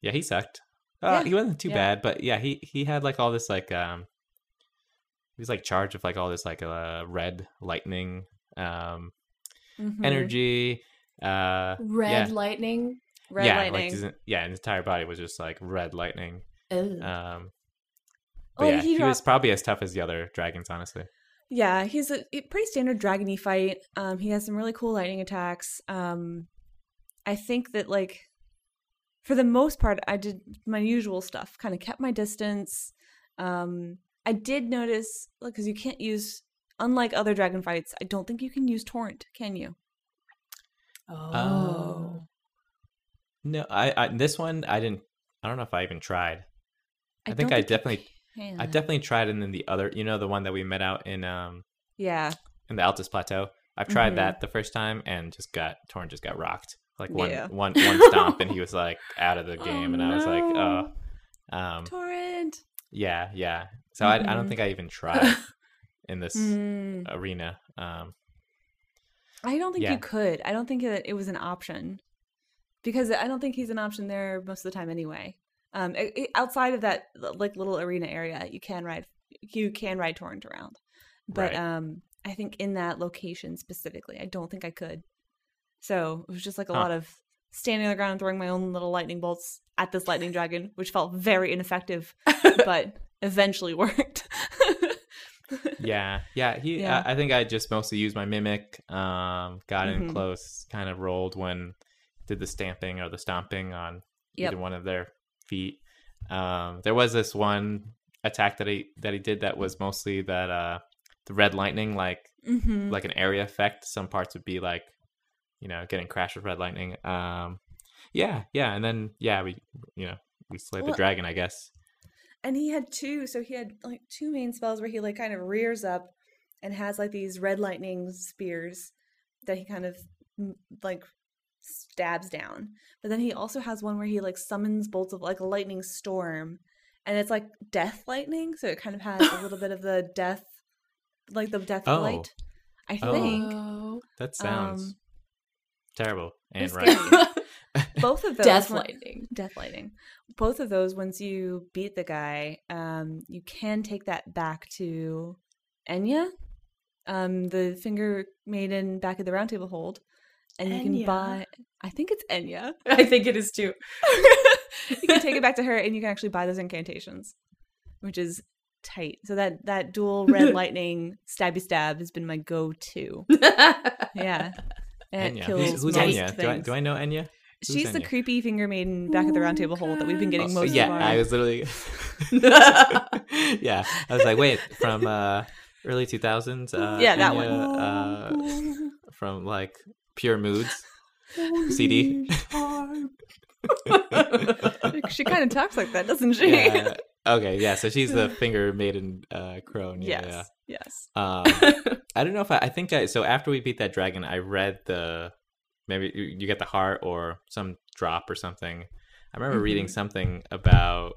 yeah, he sucked. Uh, Yeah, He wasn't too yeah. bad, but yeah, he he had like all this like um, he was like charged with like all this like uh red lightning um Mhm. energy. Uh, Red lightning. Red yeah, lightning. like his, yeah, his entire body was just like red lightning. Ugh. Um, but Oh, yeah, he he, was dropped- probably as tough as the other dragons, honestly. Yeah, he's a a pretty standard dragony fight. Um, he has some really cool lightning attacks. Um, I think that like for the most part, I did my usual stuff, kind of kept my distance. Um, I did notice because you can't use, unlike other dragon fights, I don't think you can use torrent. Can you? oh. No, I, I this one I didn't. I don't know if I even tried. I think don't I you definitely- Can. I definitely tried, and then the other, you know, the one that we met out in um Yeah. in the Altus Plateau. I've tried Mhm. that the first time and just got Torn just got rocked. Like one Yeah. one one stomp and he was like out of the game and I was like, oh no. um Torrent. yeah, yeah. So I, I don't Mhm. think I even tried in this Mm, arena. Um I don't think Yeah. you could. I don't think that it was an option because I don't think he's an option there most of the time anyway. Um, i- i- outside of that like little arena area, you can ride you can ride torrent around, but Right. um, I think in that location specifically, I don't think I could. So it was just like a Huh. lot of standing on the ground and throwing my own little lightning bolts at this lightning dragon, which felt very ineffective, but eventually worked. yeah, yeah. He Yeah. I, I think I just mostly used my mimic, um, got in Mhm. close, kind of rolled when did the stamping or the stomping on Yep. either one of their feet. Um, there was this one attack that he that he did that was mostly that uh the red lightning like Mhm. like an area effect. Some parts would be like, you know, getting crashed with red lightning. Um, yeah, yeah, and then yeah, we you know we slayed Well- the dragon, I guess. and he had two so he had like two main spells where he like kind of rears up and has like these red lightning spears that he kind of m- like stabs down but then he also has one where he like summons bolts of like a lightning storm and it's like death lightning so it kind of has a little bit of the death like the death Oh. light i Oh. think Oh. That sounds Um, terrible and it's right. scary. both of those Death one- lightning. death lighting both of those once you beat the guy um you can take that back to enya um the finger maiden back at the round table hold and you can Enya? buy i think it's enya I think it is too. you can take it back to her and you can actually buy those incantations which is tight so that that dual red lightning stabby stab has been my go-to yeah And it Enya. kills Who's, who's most Enya? Do I, things. do I know Enya? Who's She's the Enya? creepy finger maiden back at the round table hole that we've been getting Oh, most yeah, of our. I was literally. yeah, I was like, wait, from uh, early 2000s. Uh, Yeah, that one. Enya, Uh, from like Pure Moods CD. she kind of talks like that, doesn't she? yeah. Okay, yeah, so she's the finger maiden uh, crone. Yeah, yeah. yes. Yes. Um, I don't know if I, I think I. So after we beat that dragon, I read the maybe you, you get the heart or some drop or something. I remember reading something about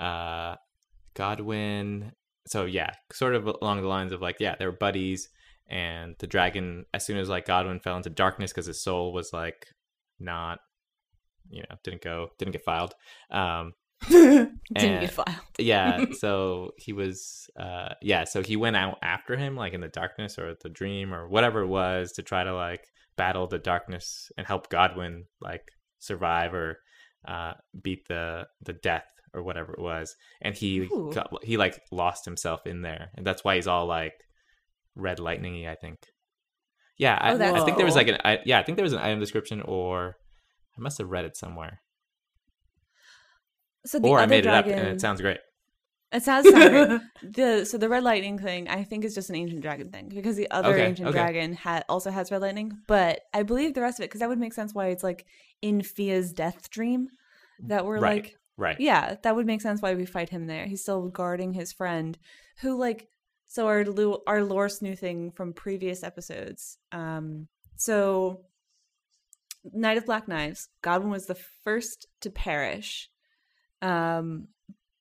uh, Godwin. So yeah, sort of along the lines of like yeah, they were buddies, and the dragon as soon as like Godwin fell into darkness because his soul was like not, you know, didn't go, didn't get filed. Um, Didn't and- get filed. yeah so he was uh yeah so he went out after him like in the darkness or the dream or whatever it was to try to like battle the darkness and help godwin like survive or uh beat the the death or whatever it was and he Ooh. got, he like lost himself in there and that's why he's all like red lightningy i think yeah I, Oh, that's I think there was cool. like an I, yeah i think there was an item description or i must have read it somewhere So the or other i made dragon, it up and it sounds great it sounds sound great. the so the red lightning thing I think is just an ancient dragon thing because the other Okay, ancient okay. dragon ha- also has red lightning, but I believe the rest of it because that would make sense why it's like in Fia's death dream that we're Right. like right yeah that would make sense why we fight him there he's still guarding his friend who like so our lu- our lore sleuthing from previous episodes um so knight of black knives godwin was the first to perish um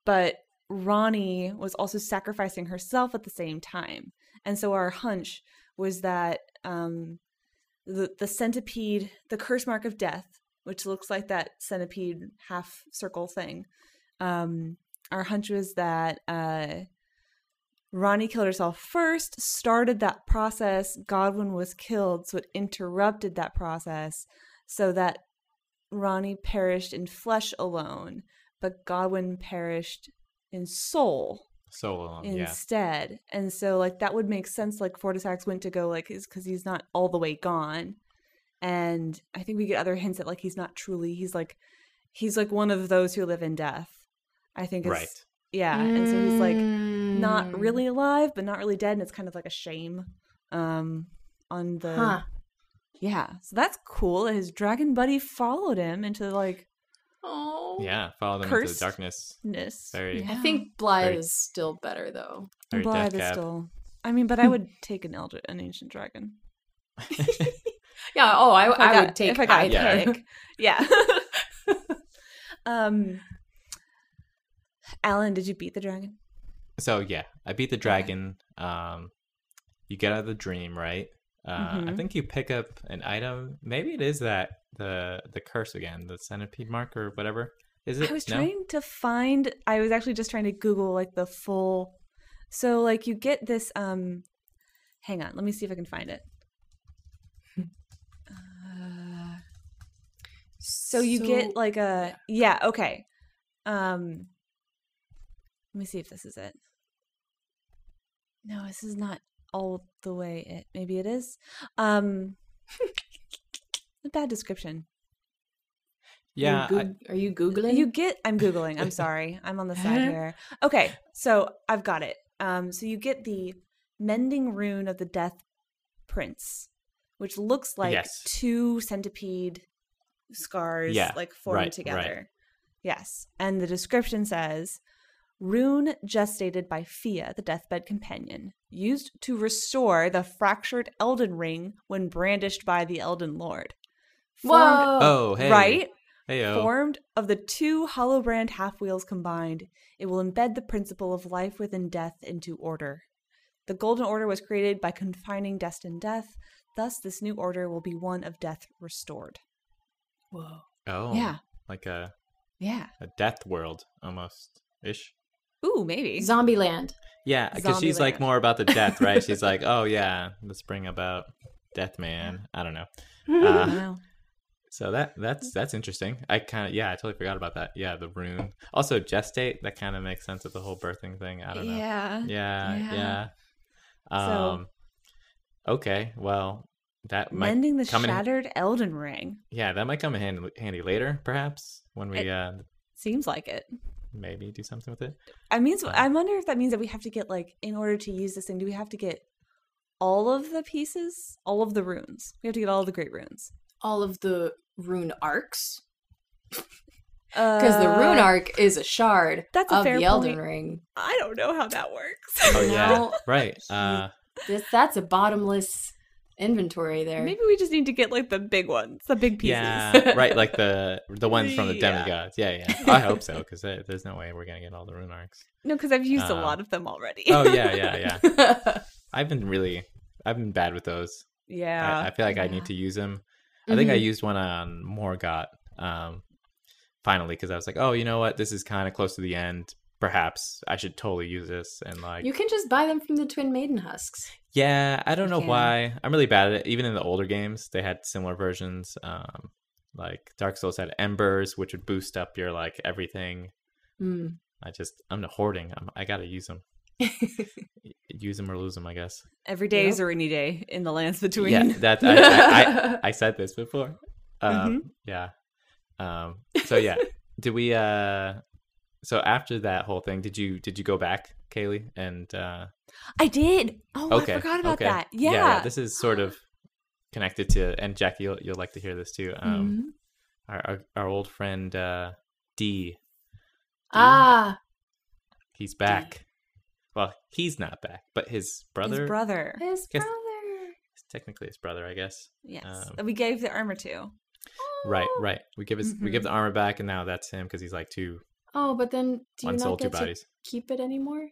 but ronnie was also sacrificing herself at the same time and so our hunch was that um the the centipede, the curse mark of death, which looks like that centipede half circle thing. Um, our hunch was that uh, Ronnie killed herself first, started that process. Godwin was killed, so it interrupted that process, so that Ronnie perished in flesh alone, but Godwin perished in soul So long. Oh, Yeah. instead. And so like that would make sense like Fortisax went to go like is cuz he's not all the way gone. And I think we get other hints that like he's not truly he's like he's like one of those who live in death. I think it's Right. Mm. yeah, and so he's like Hmm. not really alive but not really dead and it's kind of like a shame um on the Huh. yeah. So that's cool. that His dragon buddy followed him into like Oh. Yeah. Follow them into Cursed. the darkness. ness. Very, I think Blythe Very- is still better though. very Blythe death is cab. still I mean, but I would take an elder, an ancient dragon. Yeah. Oh, I, If I, I, got, would take. if I got either. either. a pick. Yeah. um, Alan, did you beat the dragon? So yeah, I beat the dragon. Um, you get out of the dream, right? Uh, I Mhm. think you pick up an item. Maybe it is that the the curse again, the centipede mark or whatever. Is it? I was No? trying to find. I was actually just trying to Google like the full. So like you get this. Um, hang on. Let me see if I can find it. Uh, so you get like a yeah okay. Um, let me see if this is it. No, this is not all the way it. Maybe it is. Um, a bad description. Yeah, Are you, I- Goog- are you googling? You get. I'm googling. I'm sorry. I'm on the side Uh-huh. here. Okay, so I've got it. Um, so you get the mending rune of the Death Prince, which looks like Yes. two centipede scars, Yeah, like formed right, right. together. Yes, and the description says. Rune gestated by Fia, the deathbed companion, used to restore the fractured Elden Ring when brandished by the Elden Lord. Formed- Whoa. oh, hey, oh. Right? Heyo. Formed of the two hollow brand half wheels combined, it will embed the principle of life within death into order. The Golden Order was created by confining destined death, thus, this new order will be one of death restored. Whoa. Oh, Yeah. like a Yeah. a death world almost ish. Ooh, maybe. Zombie land. Yeah, because she's Zombieland. like more about the death, right? she's like, oh yeah, let's bring about Death Man. I don't know. I don't Uh, know. so that that's that's interesting. I kind of yeah, I totally forgot about that. Yeah, the rune. Also, gestate. That kind of makes sense with the whole birthing thing. I don't know. Yeah. Yeah, yeah. Yeah. So- Um, okay, well, that might Mending the come in- shattered Elden Ring. yeah, that might come in hand, handy later, perhaps when we It- uh Seems like it. maybe do something with it. I mean, so I wonder if that means that we have to get, like, in order to use this thing, do we have to get all of the pieces? All of the runes. We have to get all of the great runes. All of the rune arcs. Because the rune Uh, arc is a shard that's a of fair the Elden point. Ring. I don't know how that works. Oh yeah, Now- right. Uh, This, that's a bottomless inventory there. Maybe we just need to get like the big ones, the big pieces. yeah, right. Like the the ones from the Yeah. demigods. Yeah, yeah. I hope so because there's no way we're gonna get all the rune arcs. No, because I've used a Um, lot of them already. Oh yeah, yeah, yeah. I've been really, I've been bad with those. yeah. I, I feel like I yeah. need to use them. I think I Mhm. used one on Morgot um, finally because I was like, oh, you know what? This is kind of close to the end. Perhaps I should totally use this. And like, you can just buy them from the Twin Maiden husks. yeah, I don't know Yeah. why. I'm really bad at it. Even in the older games, they had similar versions. Um, like Dark Souls had embers, which would boost up your like everything. Mm. I just, I'm the hoarding. I'm, I gotta use them. use them or lose them, I guess. Every day is Yep. a rainy day in the lands between. Yeah, that I, I, I, I said this before. Mm-hmm. Um, Yeah. Um, so yeah, did we? Uh, so after that whole thing, did you did you go back, Kaylee? And uh, I did. Oh, okay, I forgot about okay. that. Yeah. this is sort of connected to, and Jackie, you'll you'll like to hear this too. Mm-hmm. Um, our, our our old friend uh, D, Ah, he's back. Well, he's not back, but his brother, Um, His brother. his Guess- brother. technically his brother, I guess. Yes. Um, that we gave the armor to. Right, Oh. Oh. right. We give his we give Mhm. the armor back, and now that's him because he's like two Oh, but then do you one soul, not two get to bodies. keep it anymore?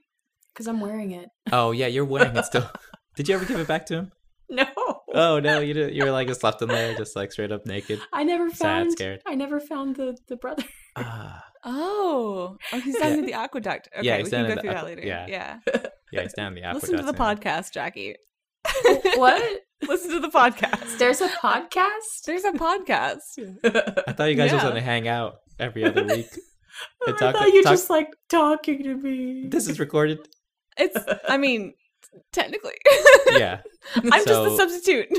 Because I'm wearing it. Oh yeah, you're wearing it still. Did you ever give it back to him? No. Oh no, you did, you were like just left in there, just like straight up naked. I never Sad, found. scared. I never found the the brother. Ah, Oh, oh he's down Yeah. in the aqueduct. Okay, Yeah, we he's can down go in through the that aqua- later. yeah. yeah. yeah, he's down in the aqueduct. Listen to the now. podcast, Jackie. what? Listen to the podcast. There's a podcast. There's a podcast. I thought you guys were Yeah. going to hang out every other week. I And talk- thought you talk- just like talking to me. this is recorded. It's. I mean, technically, Yeah. I'm just the So- substitute.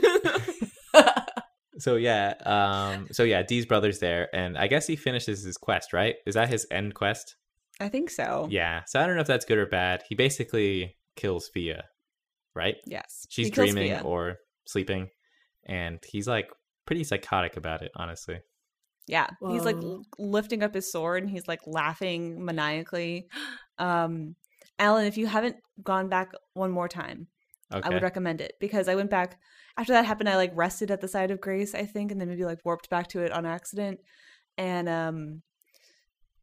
So yeah, um, so yeah, Dee's brother's there, and I guess he finishes his quest, right? Is that his end quest? I think so. Yeah. So I don't know if that's good or bad. He basically kills Fia, right? Yes. She's He kills dreaming Fia. or sleeping, and he's like pretty psychotic about it, honestly. Yeah, he's like Whoa. l- lifting up his sword and he's like laughing maniacally. Um, Alan, if you haven't gone back one more time, Okay. I would recommend it because I went back after that happened. I like rested at the side of Grace, I think, and then maybe like warped back to it on accident, and um,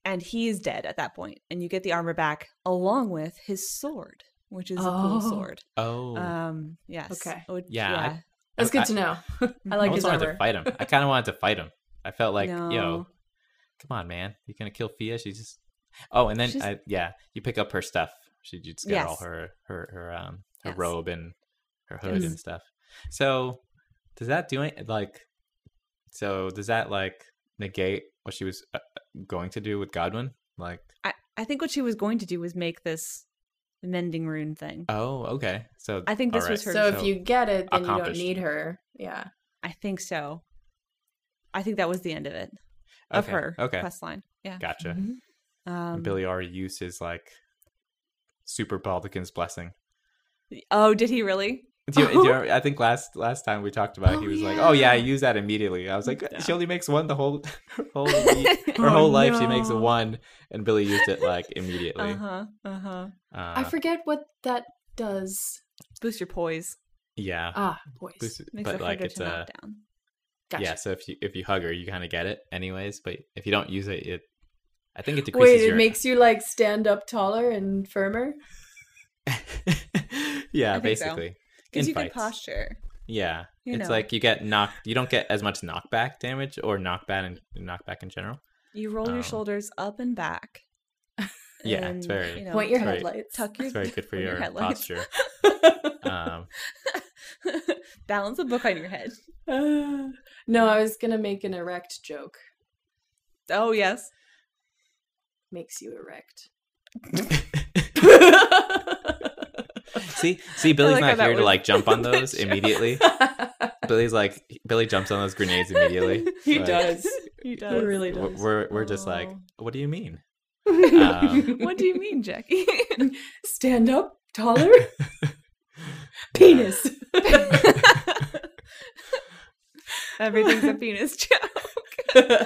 and he is dead at that point, and you get the armor back along with his sword, which is a cool Oh. sword. oh, Um, yes, Okay. I would- Yeah, I- That's I- good to know. I I like almost his wanted armor. to fight him. I kind of wanted to fight him. I felt like, yo, No. come on, man, you're gonna kill Fia. She's just. Oh, and then She's- I, yeah, you pick up her stuff. She you just got all Yes. her her her um her Yes. robe and her hood and stuff. So does that do any like? So does that like negate what she was uh, uh, going to do with Godwin? Like, I, I think what she was going to do was make this mending rune thing. oh, okay. So I think this alright. was her- So if you get it, then you don't Accomplished. need her. Yeah. I think so. I think that was the end of it of Okay, her Okay, quest line. Yeah. gotcha. Um, And Billy already used his like super Baldican's blessing. Oh, did he really? Do you, do you remember- I think last last time we talked about it, he Oh, was like, "Oh yeah, I yeah. use that immediately." I was like, Yeah. "She only makes one the whole her whole week- her whole life. She makes no. one, and Billy used it like immediately." Uh huh. Uh huh. Uh, I forget what that does. Boost your poise. yeah, Ah, voice. Boost- Makes but it like harder it's to uh, knock down. Gotcha. yeah. So if you if you hug her, you kind of get it anyways. But if you don't use it, it I think it decreases Wait, it your makes you like stand up taller and firmer. yeah, I think so. basically. Gives In you good fights. posture. Yeah, You it's know. like you get knocked. You don't get as much knockback damage or knockback and knockback in general. You roll Oh. your shoulders up and back. Yeah, and, it's very- you know, Point your Right. headlights. tuck your It's very good for on your, headlights. posture. um, Balance a book on your head. Ah. no, I was gonna make an erect joke. Oh yes. Makes you erect. see, see, Billy's like how not that here to was like jump on the those joke. immediately. Billy's like Billy jumps on those grenades immediately. he Like, does. He does. He really w- does. We're we're just like, Oh. what do you mean? Um, what do you mean, Jackie? stand up taller. Penis. Everything's a penis joke.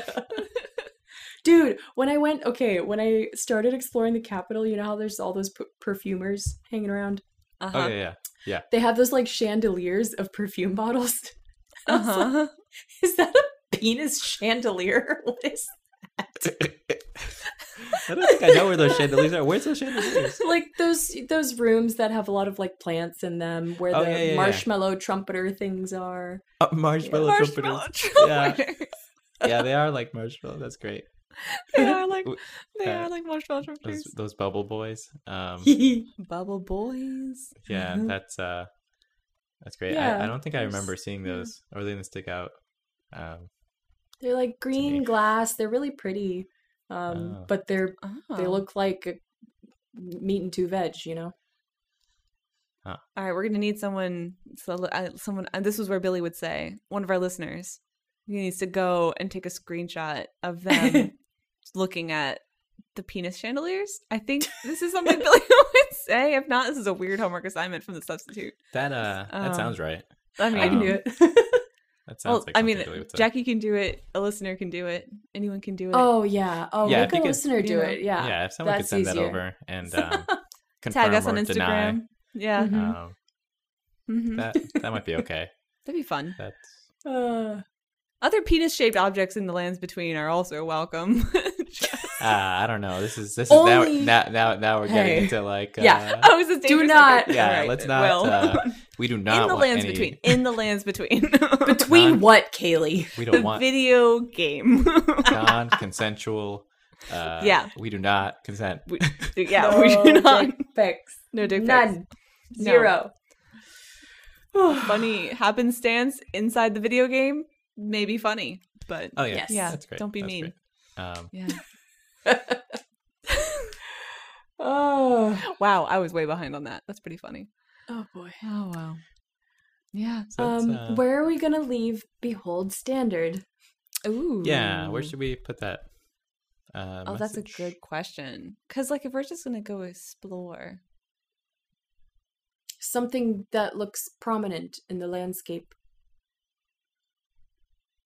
Dude, when I went, okay, when I started exploring the capital, you know how there's all those p- perfumers hanging around? Uh Oh yeah, yeah. They have those like chandeliers of perfume bottles. I was like, Uh-huh. Is that a penis chandelier? What is I don't think I know where those chandeliers are. Where's those chandeliers? like those those rooms that have a lot of like plants in them where Oh, the yeah, yeah, yeah. marshmallow trumpeter things are. Uh, marshmallow Marshmallow trumpeters. trumpeters. Yeah, they are like marshmallow. That's great. They are like W- they uh, are like marshmallow Those trumpeters. those bubble boys. Um, Bubble boys. yeah, Mhm. that's uh, that's great. I, I Yeah, don't think I there's- remember seeing yeah. those, or they didn't stick out. Um, They're like green me. glass. They're really pretty. Um, Oh. but they're they Oh. look like a- meat and two veg, you know. All right, we're gonna need someone. So uh, someone. And this was where Billy would say, one of our listeners, he needs to go and take a screenshot of them looking at the penis chandeliers. I think this is something Billy would say. If not, this is a weird homework assignment from the substitute. That uh, that Um, sounds right. I mean, I can do Um, it. That sounds Well, like I mean, something Billy would say. Jackie can do it. A listener can do it. Anyone can do it. oh yeah. Oh, Yeah, make if you a could- listener do you know. it. Yeah. yeah, if someone could that's send that easier. over and um, confirm tag us on or Instagram. Mm-hmm. deny, Yeah, Mhm. um, Mm-hmm. Mhm. that that might be okay. that'd be fun. That's Uh, Other penis shaped objects in the lands between are also welcome. uh, I don't know. This is this Only- is now now now, now we're getting Hey. into like Yeah. uh, oh, is this Do dangerous? not- Okay, Yeah, alright, let's not, Well, uh, We do not in the want lands any- between. In the lands between. Between Not- what, Kaylee? We don't the want video game. non-consensual. Uh, Yeah. We do not consent. We- yeah, we do not. No dick pics. None. No. Zero. Funny happenstance inside the video game may be funny, but Oh yeah, Yes. Yeah, That's great. don't be That's mean. great. Um, yeah. Oh. Ah. Wow, I was way behind on that. That's pretty funny. Oh boy. Oh wow. Yeah. so it's, Um, uh, where are we gonna leave Behold Standard? Ooh. Yeah, where should we put that? Uh, Oh, that's a message? good question. Because like, if we're just gonna go explore, Something that looks prominent in the landscape.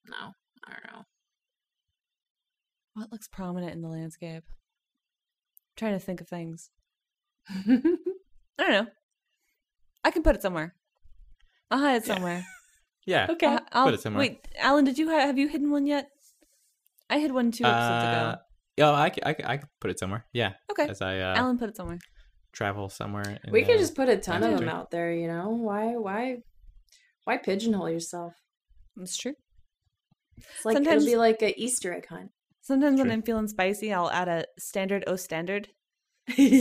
No, I don't know. what looks prominent in the landscape? I'm trying to think of things. I don't know. I can put it somewhere. I'll hide it somewhere. Yeah. Okay. I'll, Put it somewhere. Wait, Alan, did you ha- have you hidden one yet? I hid one two episodes Uh, ago. yeah, I, c- I, c- I could put it somewhere. Yeah. Okay. As I uh, Alan put it somewhere. travel somewhere. in, We could uh, just put a ton I'm of them sorry. out there, you know? Why why why pigeonhole yourself? It's true. It's like Sometimes- it'll be like a Easter egg hunt. Sometimes when True. I'm feeling spicy, I'll add a standard O standard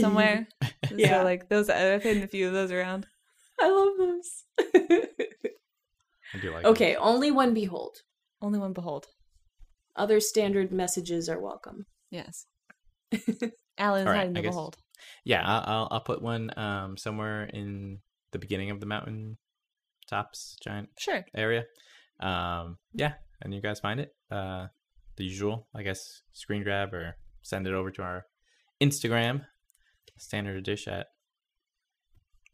somewhere. Yeah. So like those, I've hidden a few of those around. I love those. I do like it. okay, only one behold. Only one behold. Other standard messages are welcome. Yes. Alan's All right, hiding the I guess- behold. Yeah, I'll, I'll I'll put one um somewhere in the beginning of the mountain tops giant Sure. area. Um, yeah, and you guys find it. Uh, the usual, I guess, screen grab or send it over to our Instagram, standard dish at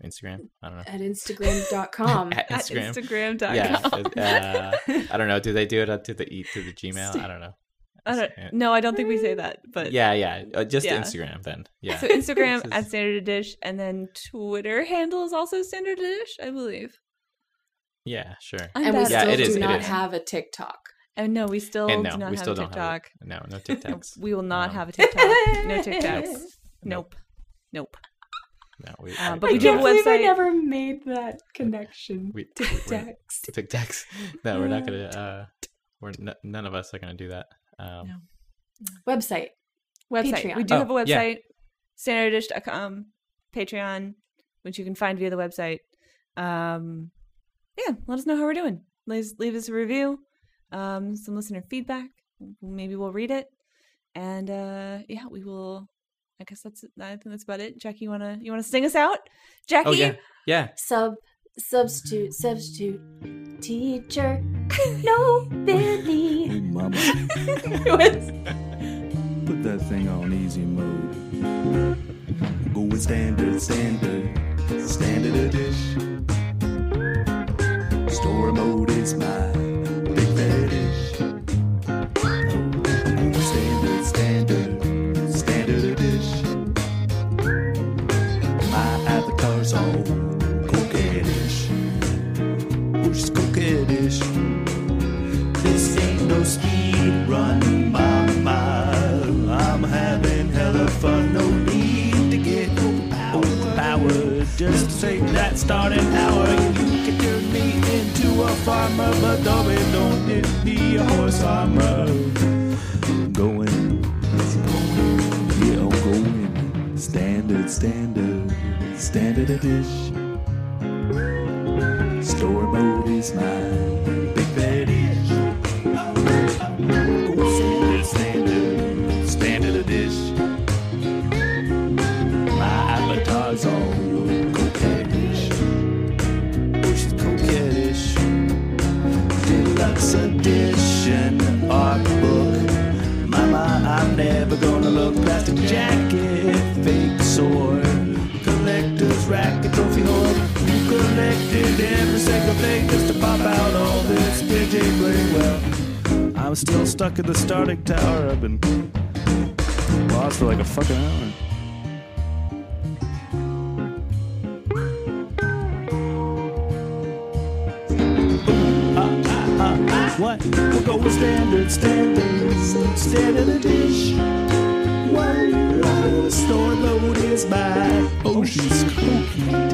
Instagram. I don't know. At Um, Instagram.com. at Instagram. At Instagram.com. yeah. uh, I don't know. Do they do it up to the e to the Gmail? I don't know. I don't, no, I don't think we say that, but yeah, yeah. Uh, just yeah. Instagram then. Yeah. So Instagram This is- at Standard Dish, and then Twitter handle is also Standard Dish, I believe. yeah, sure. I'm and we bad at Yeah, still it is, do it not is. have a TikTok. And no, we still and do no, not we have still a don't have TikTok. it. No, no TikToks. we will not Um, have a TikTok. No TikToks. Nope. Nope. No, we, Uh, I- but I we don't do know. have a website. made that connection. We, we're- Tic-tacs. Tic Tacs. No, we're not gonna. Uh, we're n- none of us are gonna do that. Um, No. Website. Website. We Patreon. do Oh, have a yeah. website, standarddish.com, Patreon, which you can find via the website. Um, yeah, let us know how we're doing. Leave, leave us a review, um, some listener feedback. Maybe we'll read it. And uh, yeah, we will. I guess that's. I think that's about it. Jackie, you wanna you wanna sing us out? Jackie, Oh yeah, yeah. Sub substitute substitute teacher. No Billy. Hey, mama, put that thing on easy mode. Go with standard, standard, standard a dish. Story mode is my big fetish. Go with standard, standard, standard a dish. My avatar's all coquettish. Oh, she's coquettish. This ain't no speed run, mama. I'm having hella fun. No need to get overpowered. Just take that starting hour. You can turn me into a farmer, but darling, don't knit me a horse armor. Going, yeah, I'm going. Standard, standard, standard a dish. Story mode is my big fetish. Standard, standard, standard a dish. My avatar's all coquettish. Oh, she's coquettish. Deluxe edition art book. Mama, I'm never gonna look past a jacket, fake sword, collector's racket, trophy hoard. You collected every single thing just to pop out all this PJ play. Well, I'm still stuck at the starting tower. I've been lost for like a fucking hour. What? We'll go with standard, standard, standard a dish. Whoa, the store load is mine. Oh, she's cooking.